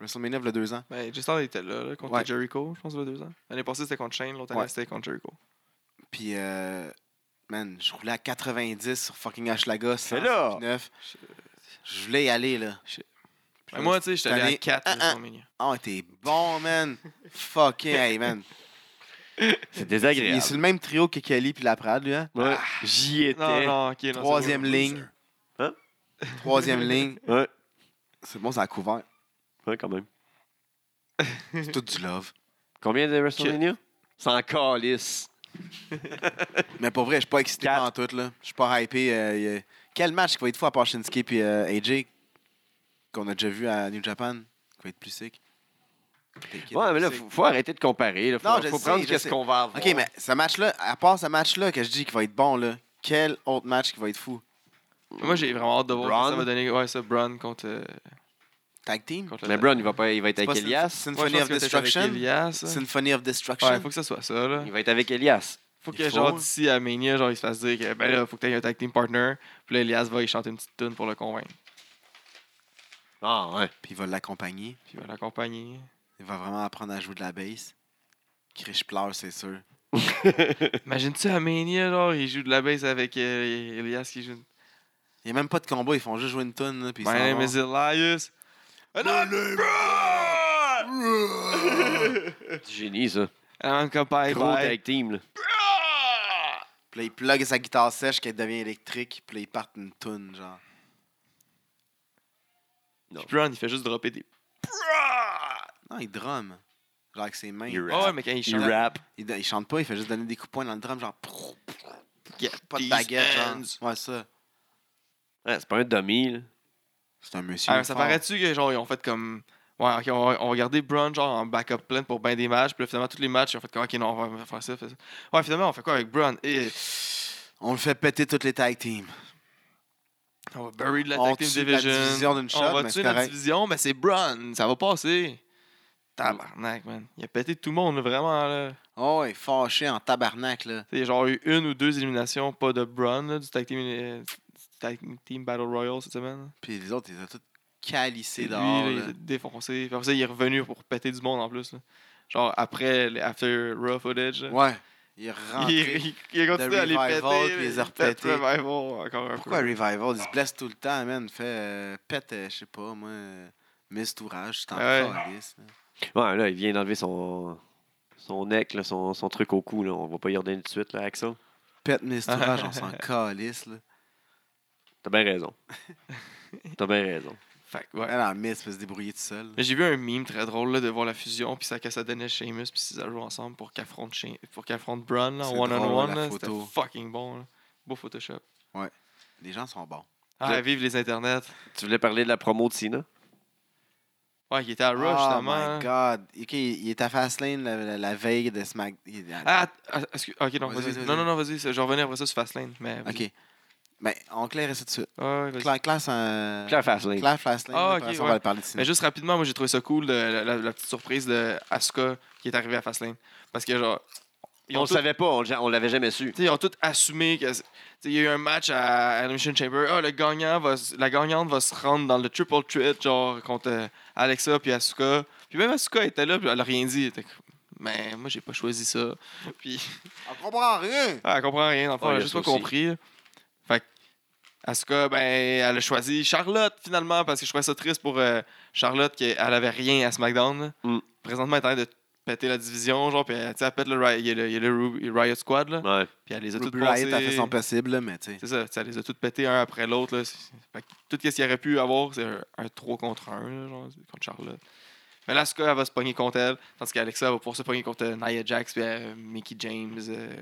WrestleMania il y a deux ans. Ben, Justin était là, là, contre Ouais. Jericho, je pense, il y a deux ans. L'année passée, c'était contre Shane, l'autre année, Ouais. c'était contre Jericho. Puis, euh, man, je roulais à 90 sur fucking Ashlaga. C'est là. 169. Je voulais y aller, là. Ben, moi, tu sais, j'étais allé Cette à 4 année, ah, ah. Mania. Oh, t'es bon, man. Fucking, hey, man. C'est Il est désagréable. sur le même trio que Kelly puis Laprade, lui, hein? Ouais. J'y étais. Non, non, ok. non, c'est Troisième bon. ligne. Hein? troisième ligne. Ouais. C'est bon, ça a couvert. Ouais, quand même. C'est tout du love. Combien de WrestleMania? C'est encore lisse. Mais pour vrai, je suis pas excité Quatre. en tout. Là. Je suis pas hypé. euh, y a- Quel match qui va être fou à part Shinsuke et AJ qu'on a déjà vu à New Japan qui va être plus sick? Take it, Ouais, mais là, plus sick. faut, faut arrêter de comparer. Là. Faut, Non, je faut sais, prendre je qu'est-ce sais. qu'on va avoir. Ok, mais ce match-là, à part ce match-là que je dis qui va être bon, là, quel autre match qui va être fou? Moi, j'ai vraiment hâte de voir ce Braun. que ça va donner. Ouais, ça, Braun contre, euh, Tag team? contre Mais Braun, il va, pas, il va être C'est avec pas Elias. Ouais, je pense Symphony of que va être avec Destruction? Elias, là. Symphony of Ouais, Destruction. faut que ça soit ça, là. Il va être avec Elias. Faut Il que, faut. genre, d'ici à Mania, genre, il se fasse dire que, ben là, faut que t'aies un tag team partner. Puis là, Elias va y chanter une petite tune pour le convaincre. Ah, ouais. Puis il va l'accompagner. Puis il va <laughs> l'accompagner. Il va vraiment apprendre à jouer de la bass. Chris, je pleure, c'est sûr. Imagine-tu à Mania, genre, il joue de la bass avec euh, Elias qui joue. Il n'y a même pas de combat, ils font juste jouer une tonne. Là, puis ils My s'en name vont. is Elias. And I'm Braun! <laughs> Euh, Du génie, ça. And I'm Kapai Gros Bai. tag team, là. Puis là, il plug sa guitare sèche qu'elle devient électrique. Puis là, il part une toune, genre. Puis Braun, il fait juste dropper des. Non, il drum. Genre avec ses mains. Il rap. Il, Oh, ouais, mais quand il Il chante. rap. il chante pas, il fait juste donner des coups de poing dans le drum, genre. prou, Get Pas de these baguette, genre. hands. Ouais, ça. Ouais, c'est pas un dummy, là. C'est un monsieur. Ah, ça fort. paraît-tu que genre ils ont fait comme ouais ok on va, on va garder Braun genre en backup plan pour ben des matchs puis là, finalement tous les matchs ils ont fait comme ok non on va faire ça, faire ça. ouais finalement on fait quoi avec Braun Eh, et On le fait péter toutes les tag teams. on va bury de la On tag team tue la division division d'une shot, on va mais tuer c'est la correct. division mais c'est Braun ça va passer tabarnak man il a pété tout le monde vraiment là Oh, il est fâché en tabarnak, là. il y a genre eu une ou deux éliminations pas de Braun là, du tag team euh, du tag team battle royale cette semaine Puis les autres, ils ont tous calissé Lui, dehors. là, là. il est défoncé. Puis après ça, il est revenu pour péter du monde en plus. là. Genre après les After Raw footage. là. <laughs> Ouais. Il est rentré. Il, il, il continue The à les péter. Ah, Revival, là, puis les il a pète repétés. Revival encore un Pourquoi peu. Revival? Ils se blessent tout le temps, man. Fait, euh, pète, euh, je sais pas, moi, euh, Miss Tourage, je t'en Ouais. calisse, là. Ouais, là, il vient d'enlever son... Son neck, là, son, son truc au cou, là. On va pas y ordonner tout de suite, là, Axel. Pète Miss Tourage, <laughs> on s'en calisse, là. T'as bien raison. T'as bien raison. Fait que, ouais. Elle en Miss peut se débrouiller tout seul. Mais J'ai vu un meme très drôle là, de voir la fusion, puis ça que ça donnait Sheamus, puis Cesaro ensemble pour qu'affrontent Shea- pour qu'affrontent Braun là, C'est en one on drôle, la one. là. C'était photo. fucking bon. là. Beau Photoshop. Les gens sont bons. Ah, vive les internets. Tu voulais parler de la promo de Cena? Ouais, il était à Rush oh justement. hein. my god. Ok, il est à Fastlane la, la- la veille de Smack. il- Ah, ah, excuse- ok, non, Vas-y, vas-y. vas-y, non, vas-y. non, non, vas-y, je vais revenir après ça sur Fastlane. Mais vas-y. ok. Mais on claire ça tout de suite. Ouais, ouais, vas-y. Claire, claire, c'est un- Claire Fastlane. Claire Fastlane. Ah, là, ok, après ça, ouais. On va parler de Mais cinéma. juste rapidement, moi j'ai trouvé ça cool, de- la, la- la petite surprise de Asuka qui est arrivée à Fastlane. Parce que genre. Ils on ont le tout- savait pas, on, le- on l'avait jamais su. tu sais, ils ont tout assumé que. c'est- tu sais, Il y a eu un match à Elimination Chamber. Ah, le gagnant va, s- la gagnante va se rendre dans le triple threat, genre contre euh, Alexa puis Asuka. Puis même Asuka était là, puis elle a rien dit. Elle était comme, Mais moi j'ai pas choisi ça. Puis On comprend rien. ah, elle comprend rien, dans le fond, Ouais, elle a il y a juste ça pas aussi. compris. là. Fait que, Asuka, ben, elle a choisi Charlotte finalement parce que je trouvais ça triste pour euh, Charlotte qu'elle avait rien à SmackDown. là. Mm. Présentement, elle est en train de péter la division, genre, puis elle, tu sais, elle pète le, Ri- il y a le, il y a le Ru- Riot Squad, là, Ouais. puis elle les a toutes Ruby Riot a passées. fait son possible, là, mais tu sais. C'est ça, tu sais, elle les a toutes pétées un après l'autre. là. C'est- Fait que Tout ce qu'il aurait pu avoir, c'est un, 3 contre 1 là, genre, contre Charlotte. Mais là, Asuka, elle va se pogner contre elle, tandis qu'Alexa va pouvoir se pogner contre euh, Nia Jax, puis, euh, Mickey James, euh,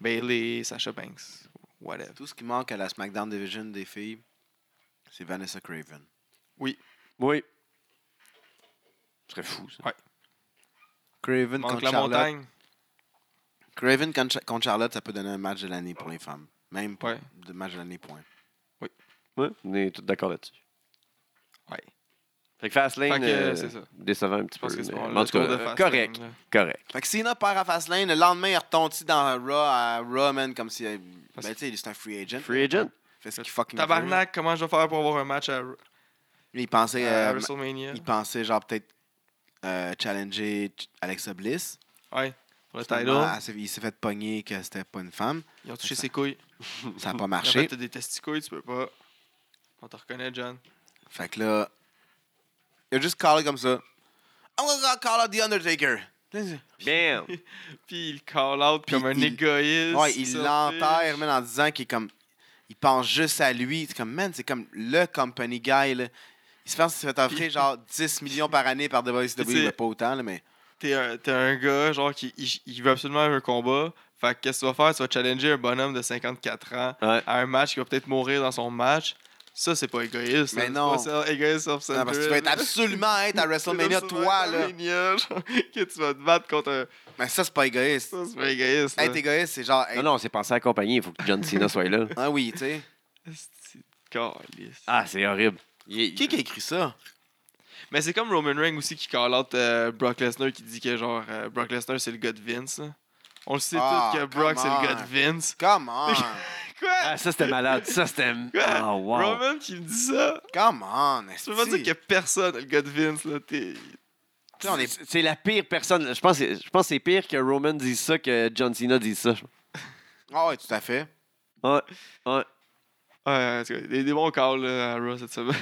Bailey, Sasha Banks, whatever. Tout ce qui manque à la SmackDown Division des filles, c'est Vanessa Craven. Oui. Ce serait fou, ça. Craven Manque contre la Charlotte. montagne. Craven contre Cha- contre Charlotte, ça peut donner un match de l'année pour les femmes. Même Ouais. de match de l'année, point. Ouais, on est tous d'accord là-dessus. Ouais. Fait que Fastlane, Fait que, euh, c'est ça. décevant un petit Je pense peu. que c'est mais- bon, mais le en tout cas, tour de euh, Fastlane, correct, là. correct. Fait que Cena perd à Fastlane, le lendemain, il retombe dans un Raw à Raw, man, comme si. Ben, tu Parce- sais, c'est un free agent. Free agent. Fait ce qu'il fucking veut. Tabarnak, comment je vais faire pour avoir un match à, Lui, il pensait, à euh, WrestleMania? il pensait genre peut-être euh, challenger Ch- Alexa Bliss. Ouais, pour le Finalement, title. elle s'est- il s'est fait pogner que c'était pas une femme. Ils ont touché ses couilles. Ça <laughs> a En pas fait, marché. t'as des testicules, tu peux pas. On te reconnaît, John. Fait que là, il a juste callé comme ça. I'm gonna call out The Undertaker. Bam! Puis il call out Puis comme un il- égoïste. Ouais, il selfish. l'enterre, man, en disant qu'il est comme. il pense juste à lui. C'est comme, man, c'est comme le company guy. Là. Il se pense qu'il se fait offrir <laughs> genre 10 millions par année par Puis WWE. c'est- Ben, pas autant, là, mais. T'es un, t'es un gars, genre, qui il, il veut absolument un combat. Fait que qu'est-ce que tu vas faire? Tu vas challenger un bonhomme de 54 ans <laughs> Ouais. à un match qui va peut-être mourir dans son match. Ça, c'est pas égoïste. Mais là. C'est non. pas ça, égoïste self-centered, Non, parce que tu vas être là. <laughs> absolument être à C'est WrestleMania, absolument toi, là. WrestleMania, genre, <laughs> que tu vas te battre contre un. Mais ça, c'est pas égoïste. Ça, c'est pas égoïste. là. Être égoïste, c'est genre. Non, être- non, c'est pensé à la compagnie. Il faut que John Cena soit là. Ah oui, <laughs> tu sais. Esti de calice. Ah, c'est horrible. Il- Qui qui a écrit ça? Mais c'est comme Roman Reigns aussi qui call out euh, Brock Lesnar qui dit que genre euh, Brock Lesnar c'est le gars de Vince. là. On le sait Ah, tous que Brock c'est come le gars on. de Vince. Come <laughs> on! Quoi? Ah, ça, c'était malade. Ça, c'était. Quoi? Oh, wow. Roman qui me dit ça. Come on! esti. Tu veux pas dire qu'il y a personne, le gars de Vince, là, t'es. Tu sais, on est- C'est c'est la pire personne. Je pense, que- je pense que c'est pire que Roman dise ça que John Cena dise ça. Ah ouais, tout à fait. Ouais, ouais. Ouais, en tout cas, des, des bons calls là, à Raw cette semaine.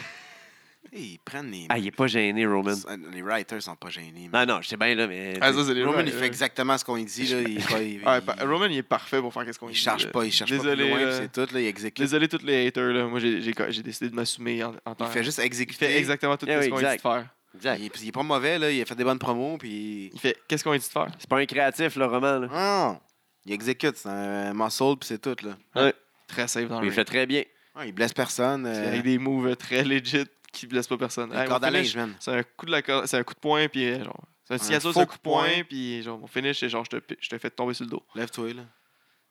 Hey, ils prennent les. Ah, il est pas gêné, Roman. Les writers sont pas gênés. man. Non, non, je sais bien, là, mais. <laughs> Ah, ça, c'est les Roman, Raw, il fait ouais. exactement ce qu'on lui dit. Là. Il, il, Ouais, il- pa- Roman, il est parfait pour faire qu'est-ce qu'on il lui dit, charge là. pas, il cherche Désolé, pas plus loin, là. puis c'est tout. Là, il exécute. Désolé, tous les haters, là. Moi, j'ai- j'ai j'ai décidé de m'assumer en, en tant Il fait juste Il exécuter. fait exactement tout Eh oui, ce qu'on lui dit de exact. faire. Exact. Il, il est pas mauvais, là. il a fait des bonnes promos, puis. Il fait qu'est-ce qu'on lui dit de faire. C'est pas un créatif, le Roman. Là. Non! Il exécute, c'est un muscle, puis c'est tout. Là. Très safe dans Il le le fait ring. très bien. Ouais, il blesse personne. Puis euh, Avec des moves très legit qui blessent pas personne. une Hey, mon corde à finish, linge, man. C'est un coup de la corde- c'est un coup de poing puis euh, genre c'est un signature c'est un coup faux de coup de poing poing. puis genre mon finish c'est genre je te pi- je te fais tomber sur le dos. Lève-toi. là.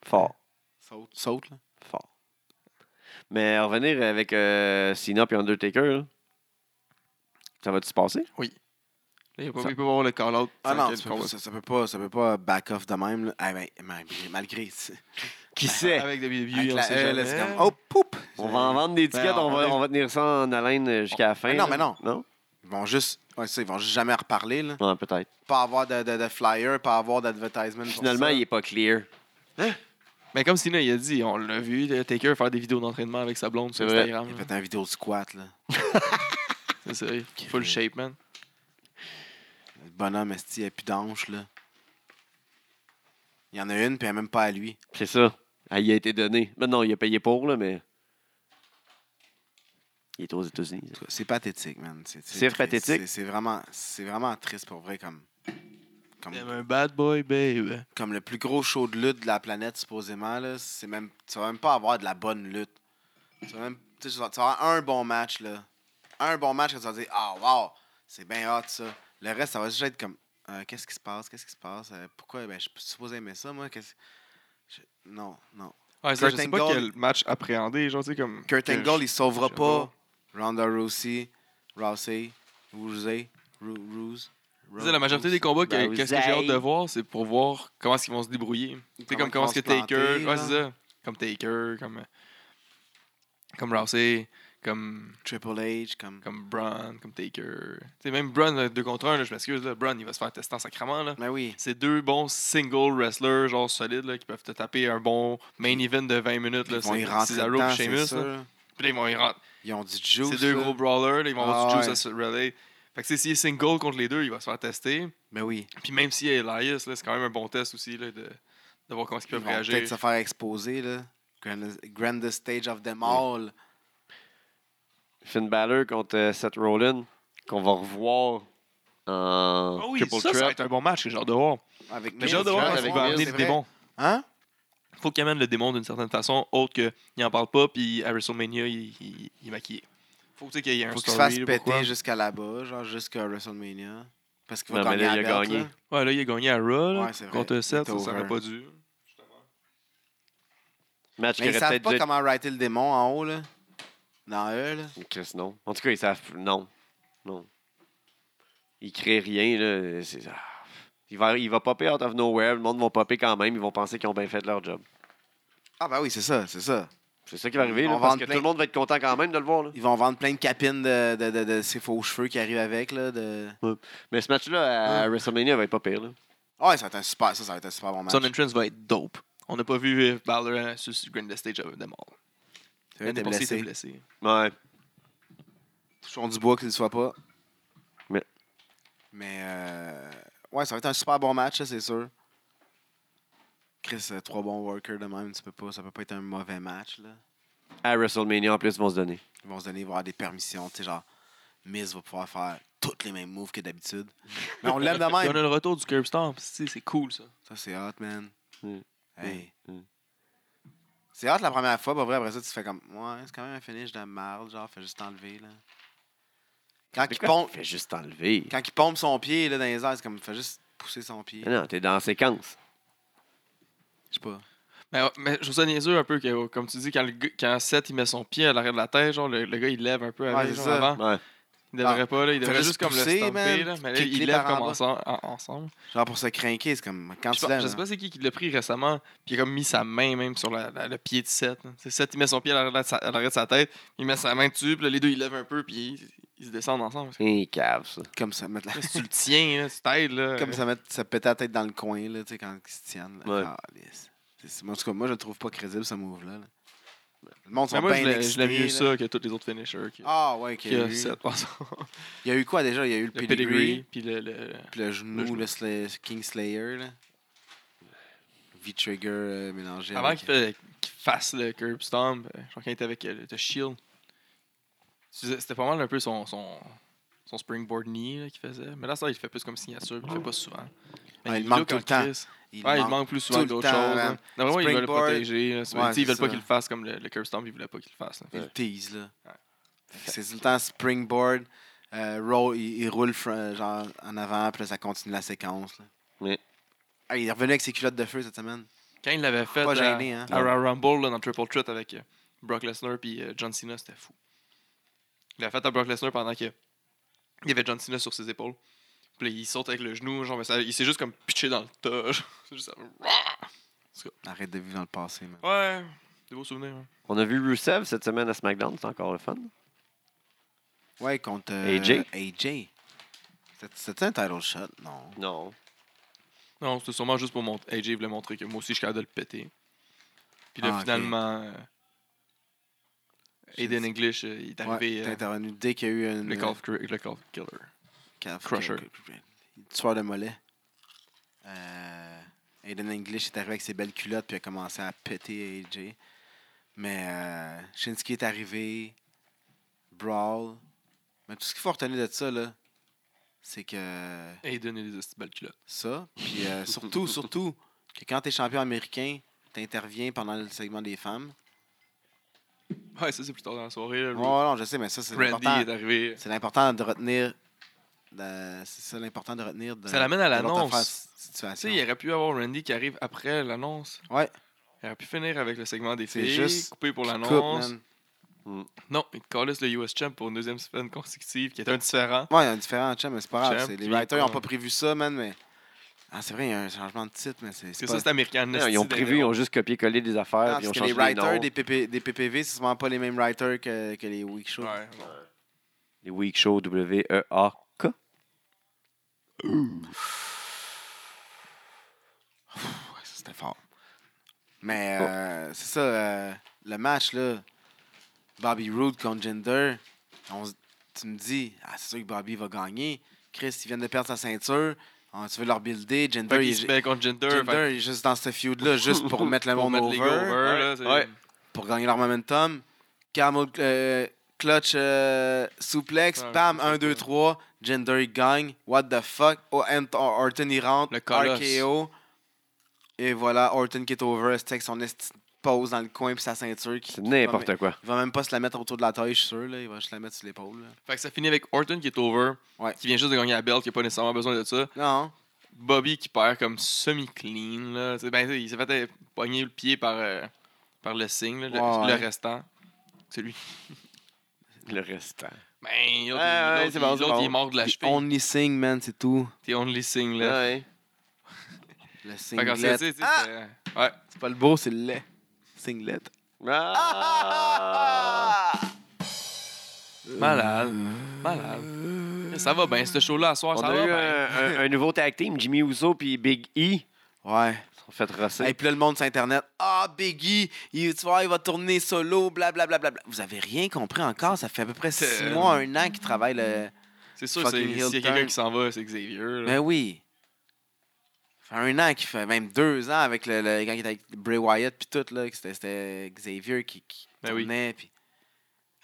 Fort, Saute. Saute. Là. fort. Mais en revenir avec euh, Cena et Undertaker, là, ça va-tu se passer? Là, Il peut Ça- pas il peut pas avoir le call out. Ah non, tu peux pas- ça, ça peut pas, ça peut pas back off de même. Là. Ah, ben, malgré. malgré c'est- Qui sait? avec WWE avec on la sait E, là, jamais. c'est comme. Oh, poup! On va en vendre des Ben, tickets, on, on va, est- on va tenir ça en haleine euh, jusqu'à la fin. Mais non, là. mais non. Non? Ils vont juste. Ouais, ça, ils vont juste jamais en reparler. Là. Non, peut-être. Pas avoir de, de, de flyer, pas avoir d'advertisement. pour Finalement, ça. il est pas clear. Mais comme Cena il a dit, on l'a vu le Taker faire des vidéos d'entraînement avec sa blonde sur C'est vrai. Instagram. Il a là. fait un vidéo de squat, là. C'est ça, full shape man. Le bonhomme, esti, il a plus d'anche, là. Il y en a une, puis elle est même pas à lui. C'est ça. Ah, il a été donné. Mais non, il a payé pour, là, mais. Il est aux États-Unis. ça. C'est pathétique, man. C'est triste. pathétique. C'est- C'est vraiment, c'est vraiment triste pour vrai, comme, comme, T'aimes un bad boy babe. comme le plus gros show de lutte de la planète, supposément. Là, c'est même, tu vas même pas avoir de la bonne lutte. Tu vas même, tu sais, tu vas tu vas avoir un bon match, là. Un bon match que tu vas dire, ah, wow, c'est bien hot, ça. Le reste, ça va juste être comme, Euh, qu'est-ce qui se passe, qu'est-ce qui se passe, Euh, pourquoi, ben, je suis supposé aimer ça, moi, qu'est-ce. je- Non, non. Ouais, ça, je Kurt sais pas Angle. quel match appréhender, genre tu sais comme Kurt que Angle, il sauvera je- pas Ronda Rousey, Rousey, Rousey, Ru- Rouse. je- tu sais, la majorité des combats que, Bah, Ben, qu'est-ce que j'ai Zay. hâte de voir, c'est pour voir comment est-ce qu'ils vont se débrouiller. Tu sais, comme comment est-ce que Taker. Ouais, c'est ça. Comme Taker, comme. Comme Rousey, comme. Triple H, comme. Comme Braun, comme Taker. Tu sais, même Braun, 2 contre 1, je m'excuse, là. Braun, il va se faire tester en sacrament, là. Mais ben oui. C'est deux bons single wrestlers, genre solides, là, qui peuvent te taper un bon main event de 20 minutes, là. Ils vont y c'est rentrer Cesaro dedans, puis c'est Sheamus, là. sûr. Puis là, ils vont y rentrer. Ils ont du juice. C'est deux là. gros brawlers, là, ils vont avoir Ah du juice ouais. à se relay. Fait que tu sais, s'il est single contre les deux, il va se faire tester. Mais oui. Puis même s'il est Elias, là, c'est quand même un bon test aussi, là, de, de voir comment ils Ils peuvent vont peut-être réagir. se faire exposer, là. Grandest, grandest stage of them all. Finn Balor contre euh, Seth Rollins, qu'on va revoir en Ah oui, Triple ça, ça va Threat. être un bon match, j'ai hâte de voir. Avec Mais Miz, j'ai hâte de voir Threat quand Grandest il avec va Miz, Wars, amener c'est le vrai. démon. Hein? Faut qu'il amène le démon d'une certaine façon, autre que il en parle pas, puis à WrestleMania, il, il, il est maquillé. Faut tu sais, qu'il y ait un Faut qu'il se story, fasse là, péter pourquoi. jusqu'à là-bas, genre jusqu'à WrestleMania. Parce qu'il va Non, mais gagner. là, la il a belt, gagné. là. Ouais, là, il a gagné à Raw, là, Ouais, c'est vrai. contre Il Seth, était ça, ça aurait over. pas dû. Match qui Mais ils aurait savent peut-être pas dû comment writer le démon en haut, là. Dans eux, là. être- Chris, non. En tout cas, ils savent. Non. Non. Il crée rien, là. C'est- ah. Il va, il va popper out of nowhere. Le monde va popper quand même. Ils vont penser qu'ils ont bien fait leur job. Ah, bah oui, c'est ça, c'est ça. C'est ça qui va arriver, là, On va parce en que plein. tout le monde va être content quand même de le voir. là. Ils vont vendre plein de capines de, de, de, de ces faux cheveux qui arrivent avec. Là, de... Mais ce match-là, à WrestleMania, va être pas pire. Là. Ah, Ouais, ça va être un super, ça, ça va être un super bon match. Son entrance va être dope. On n'a pas vu euh, Balor euh, sur sur Grand Stage of them all. Ça va être L'année passée, il était blessé. blessé. Ouais. Touchons du bois qu'il ne soit pas. Mais- Mais euh, ouais, ça va être un super bon match, ça, c'est sûr. Chris, euh, trois bons workers de même, tu peux pas, ça peut pas être un mauvais match. Là. à WrestleMania, en plus, vont se donner. Ils vont se donner, ils vont avoir des permissions. Tu sais, genre, Miz va pouvoir faire toutes les mêmes moves que d'habitude. Mais on <laughs> l'aime de Il y en même. a le retour du Curb Stomp. C'est c'est cool, ça. Ça, c'est hot, man. Mm. Hey. Mm. C'est hot la première fois, pas vrai. Après ça, tu fais comme, ouais, c'est quand même un finish de marde, genre, fais juste enlever, là. Quand il, pompe, Fais juste enlever. quand il pompe son pied, là, dans les airs, c'est comme, fais juste pousser son pied. Mais Non, t'es dans la séquence. Je sais pas. Mais, ouais, mais je trouve ça niaiseux un peu que, comme tu dis, quand, le gars- quand Seth il met son pied à l'arrière de la tête, genre le, le gars il lève un peu Ouais, avec, c'est genre, ça. avant. Ouais. Il devrait Ah, pas, là. Il fais devrait juste, juste comme pousser, le stomper, man, là. Mais là, kicker il lève par en comme bas. ense- en- ensemble. Genre, pour se crinquer, c'est comme, quand Je, tu sais pas- je lèves. sais pas c'est qui qui l'a pris récemment, puis il a comme mis sa main même sur la- la- le pied de Seth. là. C'est Seth, il met son pied à l'arrière de sa- à l'arrière de sa tête, il met sa main dessus, puis là, les deux ils lèvent un peu, puis ils, ils se descendent ensemble. Il cave, ça. Comme ça, mettre la- <laughs> Là, si tu le tiens, là, si t'aides, là. comme ça, mettre, ça péter la tête dans le coin, là, tu sais, quand ils se tiennent. là. Ouais. Ah, lisse. C'est- c'est- En tout cas, moi, je le trouve pas crédible, ce move-là. là. Le monde Mais sont moi, je bien l'ai- je l'aime mieux excités, là. ça que tous les autres finishers. Que, Ah, ouais, ok. que Seth, <laughs> par exemple. Il y a eu quoi déjà? Il y a eu le, Le pedigree, pedigree, puis le. le- puis le genou, Le genou. le, sla- King Slayer, là. V-Trigger euh, mélangé Avant avec- qu'il fait- qu'il fasse le curb stomp, euh, genre quand il était avec euh, le The Shield, tu sais, c'était pas mal un peu son, son, son springboard knee là, qu'il faisait. Mais là, ça, il le fait plus comme signature, puis il le fait pas souvent. Mais Ouais, Ah, il manque look tout le en temps. crise. Il Ouais, il manque- manque plus souvent tout le d'autres temps, choses. man. là. Non, vraiment, ils veulent le Springboard. protéger. là. Tu Ouais, sais, ils c'est veulent pas ça. qu'il le fasse comme le, le curb stomp, ils voulaient pas qu'il le fasse. là. Il le tease, là. Ouais. Fait que C'est tout le temps springboard, euh, roll, il, il roule fr- euh, genre en avant, puis là, ça continue la séquence. Là. Ouais. Ah, il est revenu avec ses culottes de feu cette semaine. Quand il l'avait fait Pas à- gêné, hein. à Royal Rumble là, dans Triple Threat avec euh, Brock Lesnar puis euh, John Cena, c'était fou. Il l'a fait à Brock Lesnar pendant que il y avait John Cena sur ses épaules. Puis là, il saute avec le genou, genre mais ça- il s'est juste comme pitché dans le tas. <laughs> genre. C'est juste Arrête de vivre dans le passé, man. ça. Ouais, des beaux souvenirs. hein. On a vu Rusev cette semaine à SmackDown, c'est encore le fun. Ouais, contre euh, AJ? AJ. C'était- C'était un title shot? Non. Non. Non, c'était sûrement juste pour montrer. AJ voulait montrer que moi aussi je suis capable de le péter. Puis là, Ah, ok. finalement, euh, J'ai Aiden dit- English, euh, il est Ouais, euh, arrivé t'es euh, intervenu dès qu'il y a eu une. le, calf, cr- le calf killer. Calf- Crusher. Tueur de mollet. Euh, Aiden English est arrivé avec ses belles culottes puis a commencé à péter AJ. Mais euh, Shinsuke est arrivé. Brawl. Mais tout ce qu'il faut retenir de ça, là, c'est que Aiden et les hosties de belles culottes. ça. <laughs> Puis euh, surtout, surtout, que quand t'es champion américain, t'interviens pendant le segment des femmes. Ouais, ça c'est plus tard dans la soirée. là, Oh non, je sais, mais ça, c'est Randy important. est arrivé. C'est l'important de retenir. de- C'est ça l'important de retenir. De, Ça l'amène à de l'autre l'annonce. affaire- Tu situation. sais, il aurait pu avoir Randy qui arrive après l'annonce. Ouais. Il aurait pu finir avec le segment des C'est filles, juste coupé pour Coupe, l'annonce. man. Non, il te calisse le US Champ pour une deuxième semaine consécutive, qui est un différent. Ouais, il y a un différent chum, mais c'est pas grave. Champ, c'est- Les puis writers n'ont pas- pas prévu ça, man, mais. Ah, c'est vrai, il y a un changement de titre, mais c'est. Parce c'est que pas- ça, c'est américain. Non, ils ont prévu, ils ont juste copié-collé des Non, affaires, puis ils Ah, parce ont que les changé les noms. writers des, PP des PPV, c'est souvent pas les mêmes writers que, que les Week Show. Ouais, bon. Les Week Show, E W-E-A-K. Ouais, ça, c'était fort. Mais Oh. euh, c'est ça, euh, le match, là, Bobby Roode contre Jinder, on s- tu me dis, ah, c'est sûr que Bobby va gagner. Chris, ils viennent de perdre sa ceinture. Ah, tu veux leur builder. Jinder, Fait il, qu'il est se ju- met contre Jinder. Jinder, fait il est juste dans ce feud-là, juste <laughs> pour mettre le pour monde mettre les over, gars over, là, c'est- Ouais. pour gagner leur momentum. Camel euh, clutch euh, souplex, Ouais, bam, c'est ça. 1, 2, 3. Jinder, il gagne. What the fuck? Oh, and- Or- Orton, il rentre. Le colosse. RKO. Et voilà, Orton qui est over. C'est avec son esti de pose dans le coin puis sa ceinture. Qui, C'est qui va même- n'importe quoi. Il va même pas se la mettre autour de la taille, je suis sûr. Là. Il va juste la mettre sur l'épaule. là. Fait que ça finit avec Orton qui est over, Ouais. qui vient juste de gagner la belt, qui n'a pas nécessairement besoin de ça. Non. Bobby qui perd comme semi-clean. Là. Tu sais, Ben, tu sais, il s'est fait euh, pogner le pied par, euh, par le signe, là, le, Ouais, le ouais. restant. C'est lui. Le restant. Ben, l'autre, Ah, Ouais, ouais, l'autre, c'est bon, c'est l'autre, il est bon. mort de la The cheville. only sing, man, c'est tout. T'es only signe, là. Ouais. Le Fait qu'en singlet. fait, tu sais, Ah! c'est- euh, Ouais. C'est pas le beau, c'est le lait. Singlet. Ah! Malade. Malade. Ça va bien, ce show-là, à soir, On ça a va eu euh, bien. un, un- un nouveau tag team, Jimmy Uso puis Big E. Ouais. Ils sont fait rosser. Et puis là, le monde sur Internet. Ah, Biggie, il, tu vois, il va tourner solo, blablabla. Bla, bla, Vous avez rien compris encore. Ça fait à peu près C'est- six mois, un an qu'il travaille le. C'est sûr, c'est- fucking s'il y a heel quelqu'un turn. Ben qui s'en va, c'est Xavier. là. Ben oui. Fait fait un an qu'il fait, même deux ans, avec le, le- quand il était avec Bray Wyatt, puis tout, là, que c'était- c'était Xavier qui, qui Ben oui. tournait, puis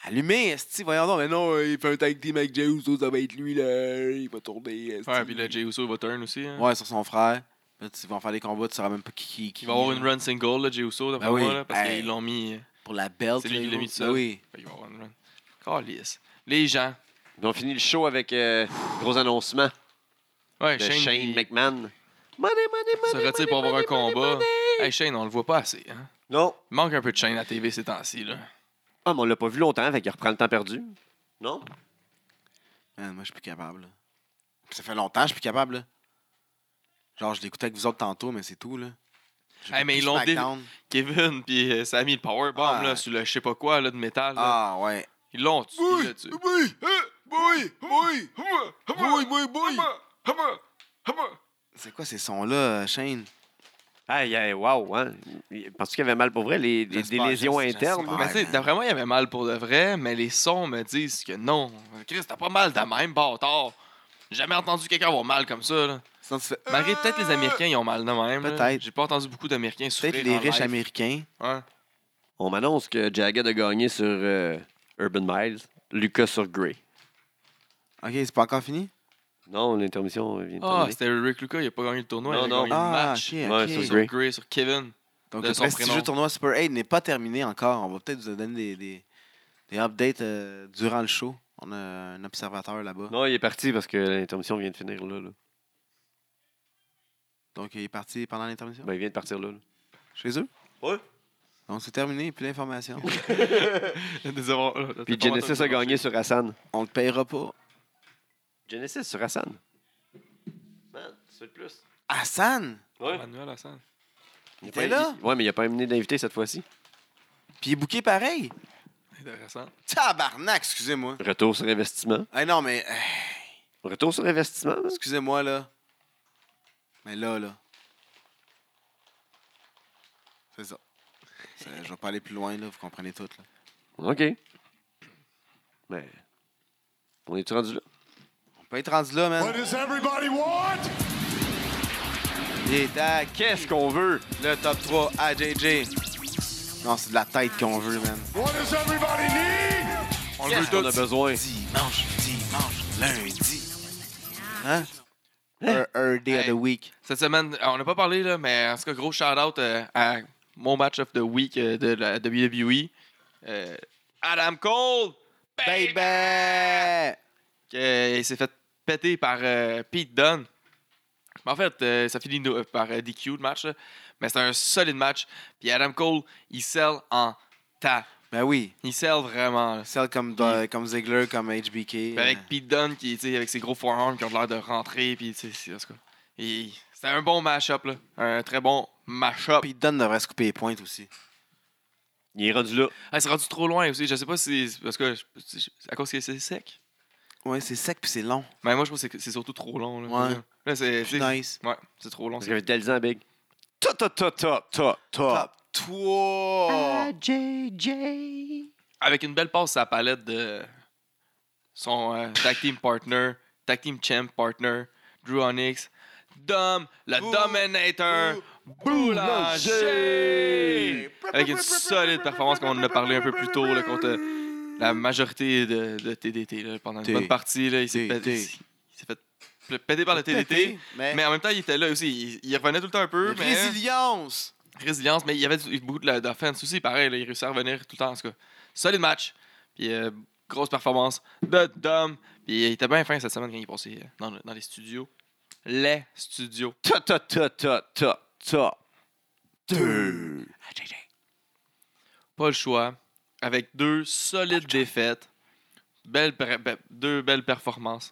allumé, esti, voyons donc, mais non, euh, il fait un tag team avec Jey Uso, ça va être lui, là, il va tourner, esti. Ouais, puis le Jey Uso va turn aussi. hein. Ouais, sur son frère. Là, tu- ils vont faire des combats, tu sauras même pas qui. qui, qui Il va avoir une run single, le Jey Uso, d'après Ben oui. moi, là, parce Hey. qu'ils l'ont mis. euh, Pour la belt. C'est lui là, qui l'a mis tout ben seul. Oui. fait qu'il va avoir une run. Calisse. Les gens. Puis on finit le show avec euh, gros annoncement Ouais, de Shane, Shane, il McMahon. Money, money, money. se retire pour avoir un combat. Hey, Shane, on le voit pas assez. Hein? Non. Il manque un peu de Shane à TV ces temps-ci. là. Ah, mais on l'a pas vu longtemps, fait qu'il reprend le temps perdu. Non? Man, moi, je suis plus capable. là. Ça fait longtemps que je suis plus capable. là. Genre, je l'écoutais avec vous autres tantôt, mais c'est tout. là. J'ai Hey, mais pas ils pris l'ont dé- SmackDown. Kevin puis euh, Sammy, le powerbomb Ah. là, sur le je sais pas quoi là, de métal. là. Ah, ouais. Ils l'ont tué. ils l'ont tué. oui, Hein? oui, oui, oui, oui, C'est quoi ces sons-là, Shane? Aïe, aïe, wow, hein? Parce qu'il avait mal pour vrai, les, les- des J'espère, lésions j'espère, internes. j'espère. Mais tu sais, man. d'après moi, il avait mal pour de vrai, mais les sons me disent que non. Chris, t'as pas mal de même, bâtard. J'ai jamais entendu quelqu'un avoir mal comme ça. Là. Sinon, tu fais- Malgré peut-être les Américains, ils ont mal de même. là. Peut-être. J'ai pas entendu beaucoup d'Américains souffrir. Peut-être les en riches live. américains. Ouais. On m'annonce que Jagged a gagné sur euh, Urban Miles, Lucas sur Gray. Ok, c'est pas encore fini? Non, l'intermission vient de Ah, terminer. c'était Rick Lucas, il a pas gagné le tournoi. Non, il a non. gagné le Ah, match. shit, Ouais, ok. ça, c'est Sur Gray. Gray, sur Kevin. Donc, de le son prestigieux prénom. tournoi Super 8 n'est pas terminé encore. On va peut-être vous donner des, des, des updates euh, durant le show. On a un observateur là-bas. non, il est parti parce que l'intermission vient de finir là. là. Donc, il est parti pendant l'intermission. Ben, il vient de partir là. là. Chez eux? Ouais. Donc, c'est terminé. Plus d'informations. Désolé, là, euh, t'as Puis pas Genesis entendu. a gagné sur Hassan. On le payera pas. Genesis sur Hassan. Man, c'est le plus. Hassan! Ouais. Manuel Hassan. Il était là? Ouais, mais il a pas amené d'invité cette fois-ci. Puis il est booké pareil. Intéressant. Tabarnak, excusez-moi. Retour sur investissement. Hey, non, mais euh, Retour sur investissement. hein? excusez-moi, là. Mais là, là. C'est ça. C'est- Je vais pas aller plus loin, là. Vous comprenez tout, là. OK. Mais. On est-tu rendu là? On peut être rendu là, man. What does everybody want? Les tags. Qu'est-ce qu'on veut? Le top 3 à JJ. Non, c'est de la tête qu'on veut, man. What does everybody need? On le Qu'est-ce veut qu'on a tous. besoin? Dimanche, dimanche, lundi. Hein? Un un day of Hey. the week. Cette semaine, euh, on n'a pas parlé, là, mais en tout cas, gros shout-out euh, à mon match of the week euh, de la WWE. euh, Adam Cole! Baby! Que- il s'est fait péter par euh, Pete Dunne. Mais en fait, euh, ça finit no- par euh, DQ le match, là. mais c'est un solide match. Puis Adam Cole, il sell en tas. Ben oui. Il sell vraiment. là. Celle comme, euh, comme Ziggler, comme HBK. Puis Ben avec Pete Dunne, qui, tu sais, avec ses gros forearms qui ont l'air de rentrer. Puis, tu sais, c'est- en tout cas, il- c'était un bon match-up, là. un très bon match-up. Puis Dunn devrait se couper les pointes aussi. Il est rendu là. Ah, c'est rendu trop loin aussi. Je sais pas si. c'est Parce que. je- c'est- À cause que c'est sec. Ouais, c'est sec puis c'est long. Mais moi, je pense que c'est- c'est surtout trop long. Là, Ouais. Là, c'est. Puis tu sais, nice. Ouais, c'est trop long. Parce c'est- qu'il avait tellement big. Ta ta ta ta ta ta. Top Ah, Oh. 3! Avec une belle passe à la palette de son euh, tag team partner, tag team champ partner, Drew Onyx, Dom, le Bou- Dominator, Boulanger! Boulanger! Avec une solide performance qu'on en a parlé un peu plus tôt là, contre euh, la majorité de, de TDT. là, pendant T. une bonne partie, là, il s'est T. pété- il s'est fait péter par le TDT. mais, Mais en même temps, il était là aussi. Il, il revenait tout le temps un peu. Mais... résilience! Résilience, mais il y avait du- beaucoup de la- d'offense aussi. Pareil, là, il réussit à revenir tout le temps. En tout cas, solide match. Puis euh, grosse performance de Dom. Puis il était bien fin cette semaine quand il est passé euh, dans, le- dans les studios. Les studios. Ta ta ta ta ta ta. Deux! Pas le choix. Avec deux solides défaites. Belle per- be- deux belles performances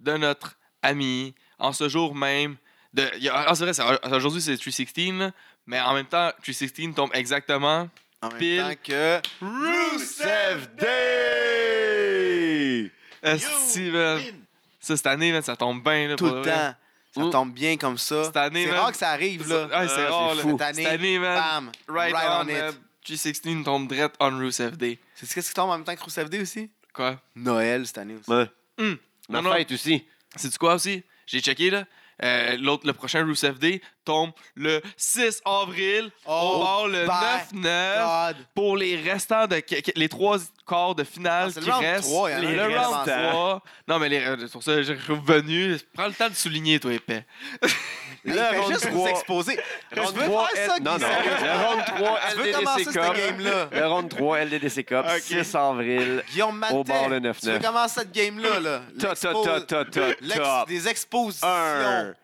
de notre ami en ce jour même. De, il y a- ah, c'est vrai, c'est- aujourd'hui c'est 316, là, mais en même temps, 316 tombe exactement En même Pile. temps que... Rusev Day! Esti, man. Ça, cette année, man, ça tombe bien. Là, Tout pour le vrai. temps. Ça Mm. tombe bien comme ça. Cette année, C'est man. rare que ça arrive, là. Euh, Ça- ouais, c'est Ah, rare, c'est là. fou. Cette Cette année, année, man. bam! Right, on, man. it. G16 tombe direct on Rusev Day. C'est ce qui tombe en même temps que Rousseff D aussi? Quoi? Noël cette année aussi. Ouais. Hum. Hein? Ma Non, non. fête aussi. C'est du quoi aussi? J'ai checké, là. Euh, l'autre, le prochain Rusev Day tombe le 6 avril. Oh Ah. on part le by 9-9 God. pour les restants de que- que- les trois quarts de Ah, finale c'est le qui round restent. trois, hein, il y en a les- un le qui round reste à- 3. Non, mais les, euh, sur ça, j'ai revenu. Prends le temps de souligner, toi, épais. Le il fait round juste nous 3. exposer. Je veux Round 3, faire ça, L- non, non. Guy. Le round 3 Je veux LDDC commencer cette Cup. game-là. Le round 3 LDDC Cup, <laughs> Ok. 6 avril. Guillaume Maté, Au bord, le tu veux 9-9. commencer cette game-là, là? Ta, ta, ta, ta, ta, L'expo- l'ex- top. Des expositions. 1.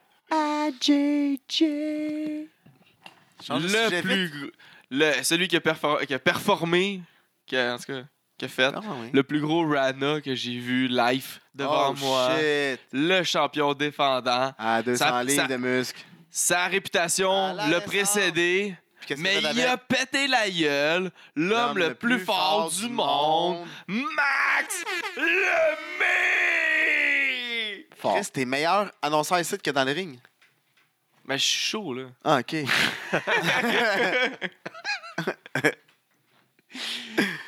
Change de Le sujet plus. vite. gr- Le, celui qui a, perfor- qui a performé, qui a, en tout cas, qui a fait. Ah, oui. Le plus gros Rana que j'ai vu live devant oh, moi. shit. Le champion défendant. À 200 Ça- lignes ça- de muscles. Sa réputation À la l'a naissance. précédé, Puis qu'est-ce mais qu'il fait il a avec? pété la gueule. L'homme le, plus, fort du monde, Max Lemay! Fort. Chris, t'es meilleur annonceur ici que dans le ring. Mais je suis chaud, <laughs> là. Ah, OK.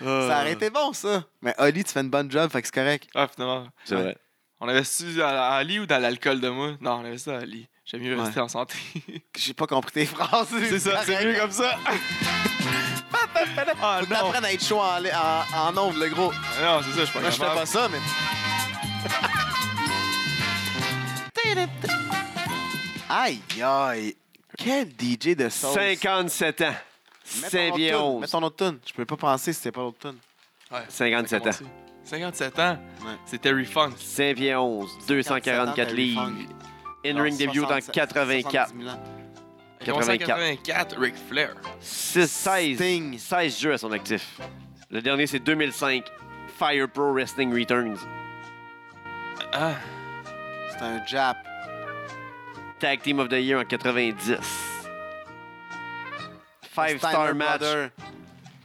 Euh, ça aurait été bon, ça. Mais Oli, tu fais une bonne job, fait que c'est correct. Ah, finalement. C'est vrai. On avait su à Ali ou dans l'alcool de moi? Non, on avait ça à Ali. J'aime mieux Ouais. rester en <laughs> santé. J'ai pas compris tes <laughs> phrases. c'est ça, c'est correct. mieux comme ça. Ah Faut que non, Ah, t'apprennes à être chaud en, en, en ondes, le gros. non c'est ça, je suis pas Moi, je fais capable. pas ça, mais. Aïe, aïe. Quel DJ de sauce. 57 ans. Mets ton autre tune, Mets Symbiose. ton autre tune. Je pouvais pas penser si c'était pas l'autre tune. Ouais, 57 ans. 57 ans. Ouais. C'est Terry Funk. Saint-Vion-11, 244 livres. In-ring debut dans 84. 84. 1984, Ric Flair. 6, 16, Sting. 16 jeux à son actif. Le dernier, c'est 2005. Fire Pro Wrestling Returns. Ah, C'est un Jap. Tag Team of the Year en 90. Five Star Steiner Match. Brother.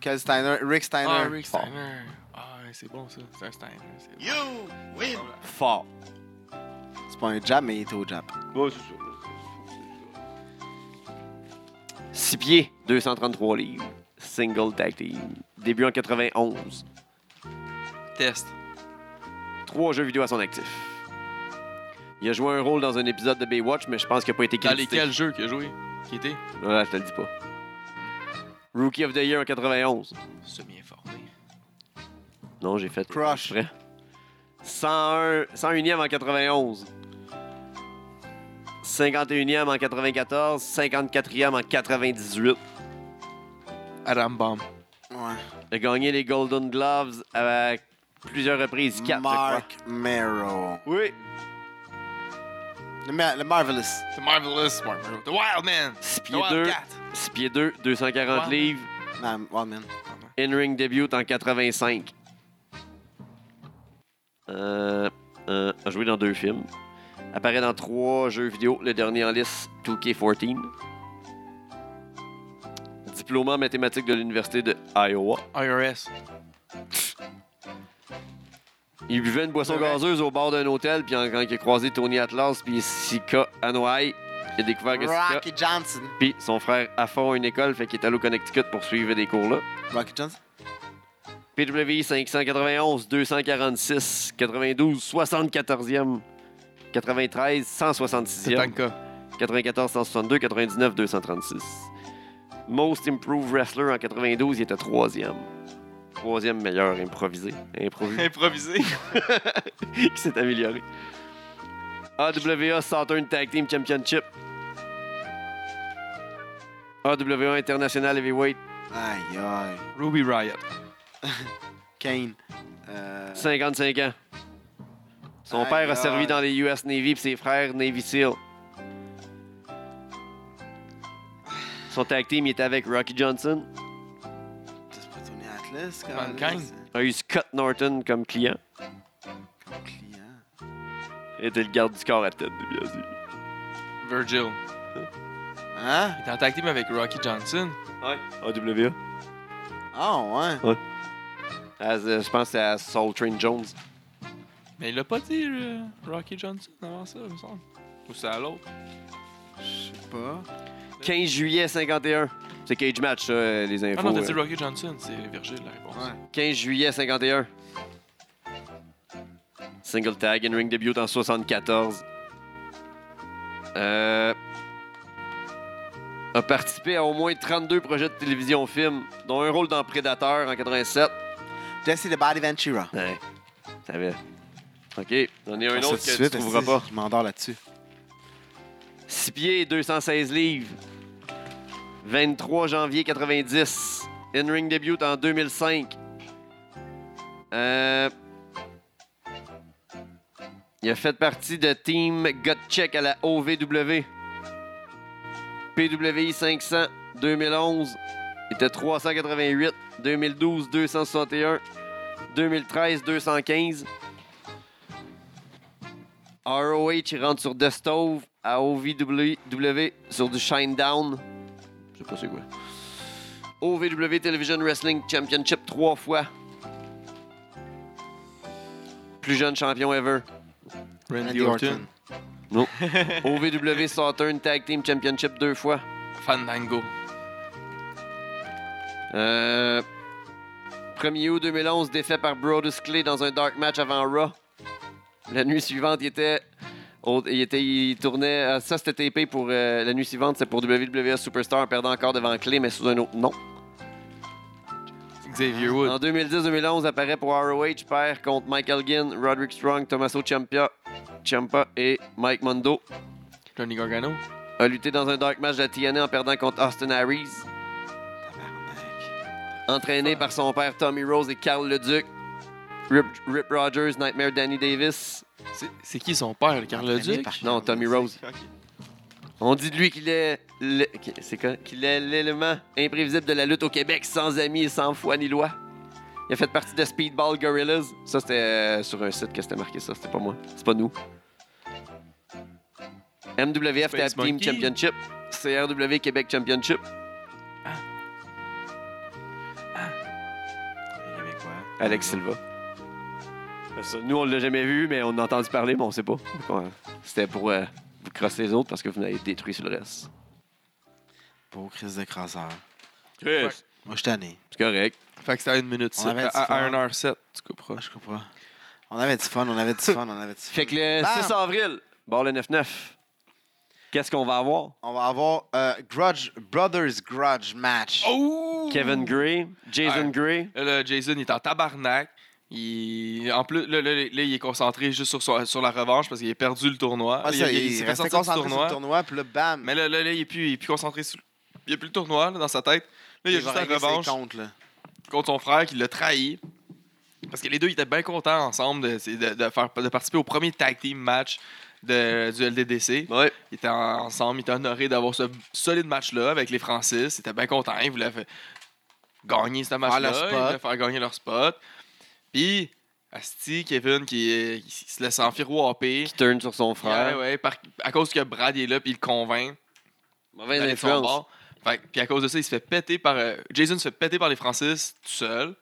Quel Steiner? Rick Steiner. ah, Rick Steiner. Ah, ouais, c'est bon ça. C'est un Steiner. c'est bon. Fort. C'est pas un Jap, mais il est au Jap. 6 pieds, 233 livres. Single Tag Team. Début en 91. Test. 3 jeux vidéo à son actif. Il a joué un rôle dans un épisode de Baywatch, mais je pense qu'il n'a pas été Dans crédité. lesquels jeux qu'il a joué Qui était Ouais, je te le dis pas. Rookie of the Year en 91. Semi-informé. Non, j'ai fait. Crush. Prêt. 101, 101e en 91. 51e en 94. 54e en 98. Arambam. Ouais. Il a gagné les Golden Gloves à plusieurs reprises. 4, Mark Merrow. Oui. Le, ma- le Marvelous. C'est Marvelous, Mark Merrill. The Wild Man. 6 The pieds 2. Wildcat. 6 pieds 2, 240 Ouais. livres. Non, Wildman. In-ring debut en 85. Euh, euh, a joué dans deux films. Apparaît dans trois jeux vidéo, le dernier en liste 2K14. Diplôme en mathématiques de l'université de Iowa. IRS. Il buvait une boisson Ouais. gazeuse au bord d'un hôtel, puis en- quand il a croisé Tony Atlas puis Sika Anoa'i, il a découvert que Sika Rocky Johnson. puis son frère à fond à une école, fait qu'il est allé au Connecticut pour suivre des cours là. Rocky Johnson? PWI 591, 246, 92, 74e, 93, 166e, Tanka. 94, 162, 99, 236. Most Improved Wrestler en 92, il était 3e. 3e meilleur improvisé. <laughs> Improvisé. Improvisé. <laughs> qui s'est amélioré. AWA Southern Tag Team Championship. AWA International Heavyweight, Aïe, aïe. Ruby Riot. Kane. Euh, 55 ans. Son Aïe, père a aïe. servi dans les US Navy puis ses frères Navy SEAL. Son tag team il était avec Rocky Johnson, C'est pas Tony Atlas, quand Mankind. même. C'est a eu Scott Norton comme client, un client. et était le garde du corps à tête de Biasi. Virgil. Hein? Il était en tag team avec Rocky Johnson. Ouais. AWA. Ah, ouais. As, euh, je pense que c'est à Soul Train Jones. Mais il l'a pas dit, euh, Rocky Johnson, avant ça, il me semble. Ou c'est à l'autre. Je sais pas. 15 juillet 51. C'est cage match, ça, euh, les infos. Ah non, t'as dit euh. Rocky Johnson, c'est Virgil la réponse. Ouais. 15 juillet 51. Single tag, in-ring debut en 74. Euh, a participé à au moins 32 projets de télévision-film, dont un rôle dans Predator en 87. Jesse the Body Ventura. Ouais, ça va. OK, j'en ai un Ça, autre que tout de tu suite, trouveras esti, pas. Je m'endors là-dessus. 6 pieds, 216 livres. 23 janvier 90. In-ring debut en 2005. Euh, Il a fait partie de Team Gotcheck à la OVW. PWI 500 2011. Il était 388. 2012, 261. 2013, 215. ROH rentre sur The Stove à OVW sur du Shinedown. Je sais pas c'est quoi. OVW Television Wrestling Championship trois fois. Plus jeune champion ever. Randy Orton. OVW Saturn Tag Team Championship deux fois. Fandango. Euh, 1er août 2011, défait par Brodus Clay dans un dark match avant Raw. La nuit suivante, il était. au- il, était, il tournait. ah, Ça, c'était TP pour. euh, la nuit suivante, c'est pour WWE Superstar, en perdant encore devant Clay, mais sous un autre nom. Xavier Wood. En 2010-2011, apparaît pour ROH, perd contre Mike Elgin, Roderick Strong, Tommaso Ciampa, Ciampa et Mike Mondo. Johnny Gargano. A lutté dans un dark match de la TNA en perdant contre Austin Harris. Entraîné par son père Tommy Rose et Carl Leduc. Rip, Rip Rogers, Nightmare Danny Davis. C'est- C'est qui son père, le Carl Leduc? Non, Tommy Rose. On dit de lui qu'il est le- qu'il- c'est quoi? qu'il est l'élément imprévisible de la lutte au Québec, sans amis et sans foi ni loi. Il a fait partie de Speedball Gorillas. Ça, c'était euh, sur un site que c'était marqué ça. C'était pas moi. C'est pas nous. MWF Space Tag Team Monkey. Championship. CRW Québec Championship. Alex Silva. Ça, nous, on l'a jamais vu, mais on a entendu parler, mais on sait pas. Ouais. C'était pour euh, vous crosser les autres parce que vous n'avez détruit sur le reste. Beau crise de crosseur. Chris! Moi, je suis tanné. C'est correct. Fait que c'était à 1 minute On 7. avait dit À, fort. 1h7, tu comprends. Ah, je comprends. On avait du fun, on avait du fun, on avait du fun. Fait que le Bam! 6 avril, bon, le 9-9, qu'est-ce qu'on va avoir? On va avoir euh, Grudge Brothers Grudge Match. Oh! Kevin Gray, Jason Ouais. Gray. Là, là, Jason, il est en tabarnak. Il... En plus, là, là, là, il est concentré juste sur, son- sur la revanche parce qu'il a perdu le tournoi. Ah, Là, ça, il, il, il s'est fait restait sortir du concentré sur le tournoi, puis là, bam, Mais là, là, là, il, est plus, il est plus concentré sur... Il a plus le tournoi là, dans sa tête. Là, il y a va juste la régler ses revanche comptes, là. contre son frère qui l'a trahi. Parce que les deux, ils étaient bien contents ensemble de, c'est de- de faire, de participer au premier tag team match de, du LDDC. Ouais. Ils étaient en- ensemble, ils étaient honorés d'avoir ce solide match-là avec les Francis. Ils étaient bien contents, ils voulaient fa- gagner ce match-là, leur ils spot. voulaient faire gagner leur spot. Puis, Asti, Kevin, qui, est- qui se laisse enfirouapper. Qui turn sur son frère. Ouais, ouais, par- à cause que Brad est là, puis il le convainc. Mauvaise d'aller de son influence. bord. Fait que- puis à cause de ça, il se fait péter par. euh, Jason se fait péter par les Francis tout seul.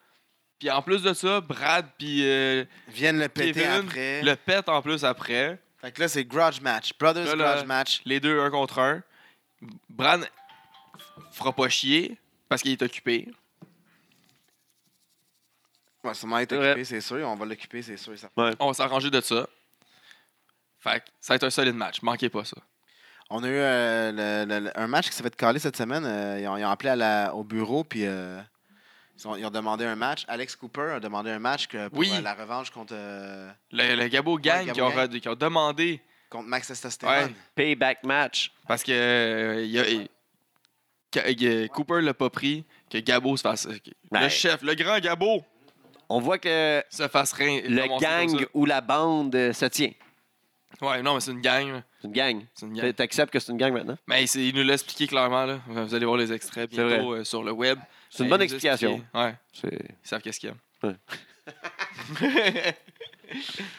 Puis en plus de ça, Brad puis euh, Viennent le péter Kevin, après. le pète en plus après. Fait que là, c'est Grudge Match. Brothers Là, là- Grudge Match. Les deux, un contre un. Brad fera pas chier parce qu'il est occupé. Ouais, sûrement être C'est vrai. occupé, c'est sûr. On va l'occuper, c'est sûr. ça. On va s'arranger de ça. Fait que ça va être un solide match. Manquez pas ça. On a eu euh, le- le- le- un match qui s'est fait caler cette semaine. Euh, ils, ont, ils ont appelé à la- au bureau, puis euh, ils, ont, ils ont demandé un match. Alex Cooper a demandé un match que pour Oui. euh, la revanche contre, euh, Le, le Gabo Gang, Gabo qui, ont, Gang. re- qui ont demandé. contre Max Testosterone. Ouais. Payback match. Parce que euh, il y a- il- que- que Cooper l'a pas pris. Que Gabo se fasse. que Ben. Le chef, le grand Gabo. On voit que se fasse rien. le commencer gang ou la bande euh, se tient. comme ça. Ouais, non, mais c'est une gang. là. C'est une gang. C'est une gang. T'acceptes que c'est une gang maintenant? Mais c'est- il nous l'a expliqué clairement. Là. Vous allez voir les extraits C'est bientôt euh, sur le web. C'est une Mais bonne il nous a explication. expliqué. Ouais, C'est- ils savent qu'est-ce qu'il y a. <laughs>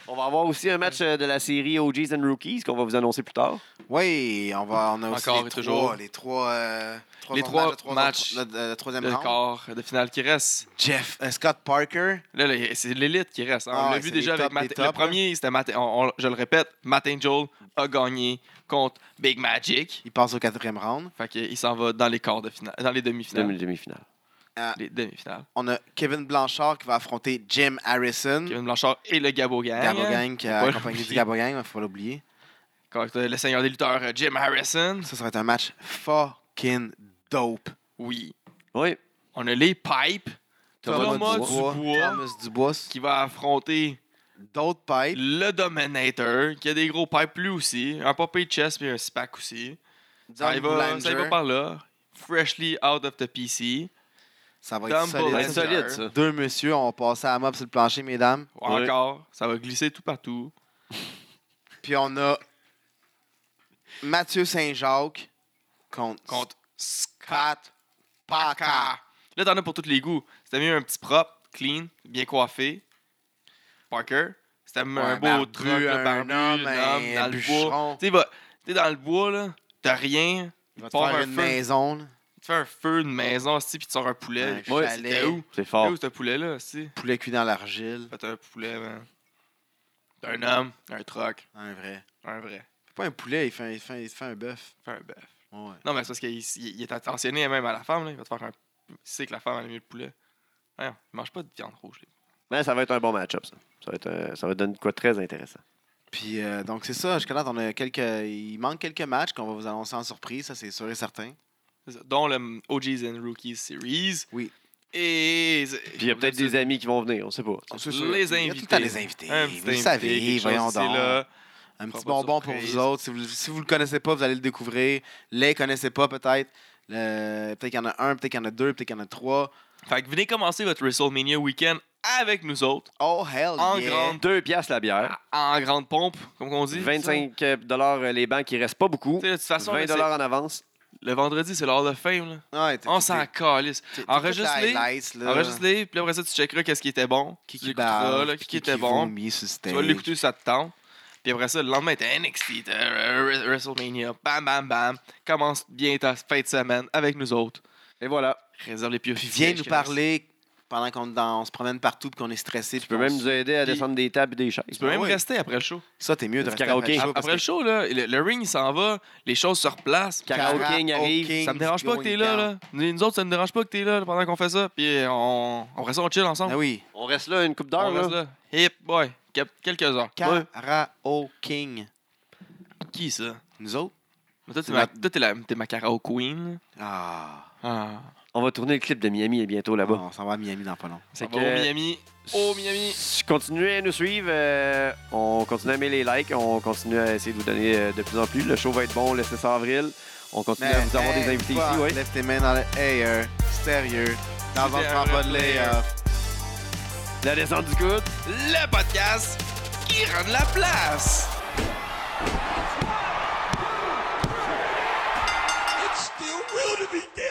On va avoir aussi un match euh, de la série OGs and Rookies qu'on va vous annoncer plus tard. Oui, on, va, on a aussi Encore les et trois, toujours. les trois, euh, trois Les autres trois de trois matchs autres- de- de- de troisième Le round. quart de finale qui reste. Jeff, euh, Scott Parker. Là, là, c'est l'élite qui reste. hein. Ah on l'a ouais, vu c'est déjà les avec tops des Matt. tops, hein. Le premier, c'était Matt. on- on- je le répète, Matt Angel a gagné contre Big Magic. Il passe au quatrième round. Fait qu'il s'en va dans les quarts de finale, dans les demi-finales. Demi- Demi-finale. Les demi-finales. On a Kevin Blanchard qui va affronter Jim Harrison. Kevin Blanchard et le Gabo Gang. Mm. Gabo Gang, qui a Faut pas accompagné du l'oublier. Gabo Gang, il faut pas l'oublier. Contre le seigneur des lutteurs euh, Jim Harrison. Ça serait un match fucking dope. Oui. Oui. On a les Pipes Thomas Dubois. Thomas Dubois. qui va affronter D'autres pipes. le Dominator, qui a des gros pipes lui aussi. Un popé chest et un spack aussi. Ça y Doug va, euh, ça y va Blanger. par là. Freshly out of the PC. Ça va Tom être solide. C'est Bolander. ça. solide, ça. Deux messieurs ont passé à la mob sur le plancher, mesdames. Ou Ouais. Encore, ça va glisser tout partout. Puis on a Mathieu Saint-Jacques contre, Contre Scott Parker. Là, t'en as pour tous les goûts. C'était mieux un petit propre, clean, bien coiffé. Parker. C'était mieux un Ouais, beau barbu, truc, là, un barbu, homme, l'homme, un dans le bois. bûcheron. Tu sais, va- t'es dans le bois, là, t'as rien. Il va te Part faire un une feu. maison. là. Tu fais un feu, une maison, si, puis tu sors un poulet. Un Puis c'était chalet. Oh. où? C'est C'était fort. où ce poulet-là, si? Poulet cuit dans l'argile. Fait un poulet, man. T'es un homme, un truck, Un vrai. un vrai. C'est pas un poulet, il fait un, il fait, il fait un bœuf. Fais un bœuf. Ouais. Non, mais c'est parce qu'il il- il est attentionné même à la femme, là. Il va te faire un. Il sait que la femme a mieux le poulet. Voyons, il mange pas de viande rouge, les Mais ça va être un bon match-up, ça. Ça va, être, euh, ça va donner de quoi de très intéressant. Puis euh, donc c'est ça, jusqu'à date, on a quelques. Il manque quelques matchs qu'on va vous annoncer en surprise, ça c'est sûr et certain. C'est ça, dont le OGs and Rookies Series. Oui. Et. Puis il y a peut-être des amis qui vont venir, on sait pas. C'est sûr. Les Il y a tout le invités. temps les invités. Un petit vous invité, le quelque savez, chose voyons ici, donc. là. Un Fera petit pas de bonbon pour surprise. vous autres. Si vous, si vous le connaissez pas, vous allez le découvrir. Les connaissez pas peut-être. Le- Peut-être qu'il y en a un, peut-être qu'il y en a deux, peut-être qu'il y en a trois. Fait que venez commencer votre WrestleMania week-end avec nous autres, Oh hell En yeah. grande. Deux piastres la bière. en grande pompe, comme on dit. 25 Ah, euh, dollars les bancs qui restent pas beaucoup. Tu sais, De toute 20 façon, là, c'est- en avance. le vendredi, c'est l'heure de fame. Là. Ouais, t'es- On t'es- s'en calisse. t'es- t'es- enregistre-les. t'es- t'es- highlights, là. Enregistre-les, puis après ça, tu checkeras qu'est-ce qui était bon. Qui tu qui écouteras, barre, là, puis qui, était bon. vomit sur Tu stage. vas l'écouter, ça te tente. Puis après ça, le lendemain, t'es NXT, t'es euh, WrestleMania. Bam, bam, bam. Commence bien ta fin de semaine avec nous autres. Et voilà. Réserve les pieux. Puis viens nous parler pendant qu'on dans- on se promène partout et qu'on est stressé. Tu peux même nous aider à Puis- descendre des tables et des chaises. Tu peux Ah même oui. rester après le show. Ça, t'es mieux de Du rester karaoké. après le show, parce Après le que- show, là, le, le ring il s'en va, les choses se replacent. Car- Karaoke arrive, Karaoke Ça me dérange pas que t'es going là, down. là. Nous nous autres, ça me dérange pas que t'es là là, pendant qu'on fait ça. Puis euh, on. Après ça, on chill ensemble. Ah oui. On reste là une coupe On d'heure. reste là. là. Hip, boy. Cap- Quelques heures. Ouais. Karaoke. Qui ça? Nous autres? Mais toi, t'es C'est ma, ma- toi, t'es la- t'es ma karaoke queen. Ah. Ah. On va tourner le clip de Miami et bientôt là-bas. On s'en va à Miami dans pas long. C'est Ah, On va au Miami. Au Miami. S- Continuez à nous suivre. euh, on continue à mettre les likes. On continue à essayer de vous donner euh, de plus en plus. Le show va être bon le 6 avril. On continue à vous avoir hey, des invités fuck, ici. Ouais. Lève tes mains dans le air. Sérieux. Dans C'était un prend un pas de vrai layoff. La descente du coude. Le podcast qui rend de la place. It's still real to be dead.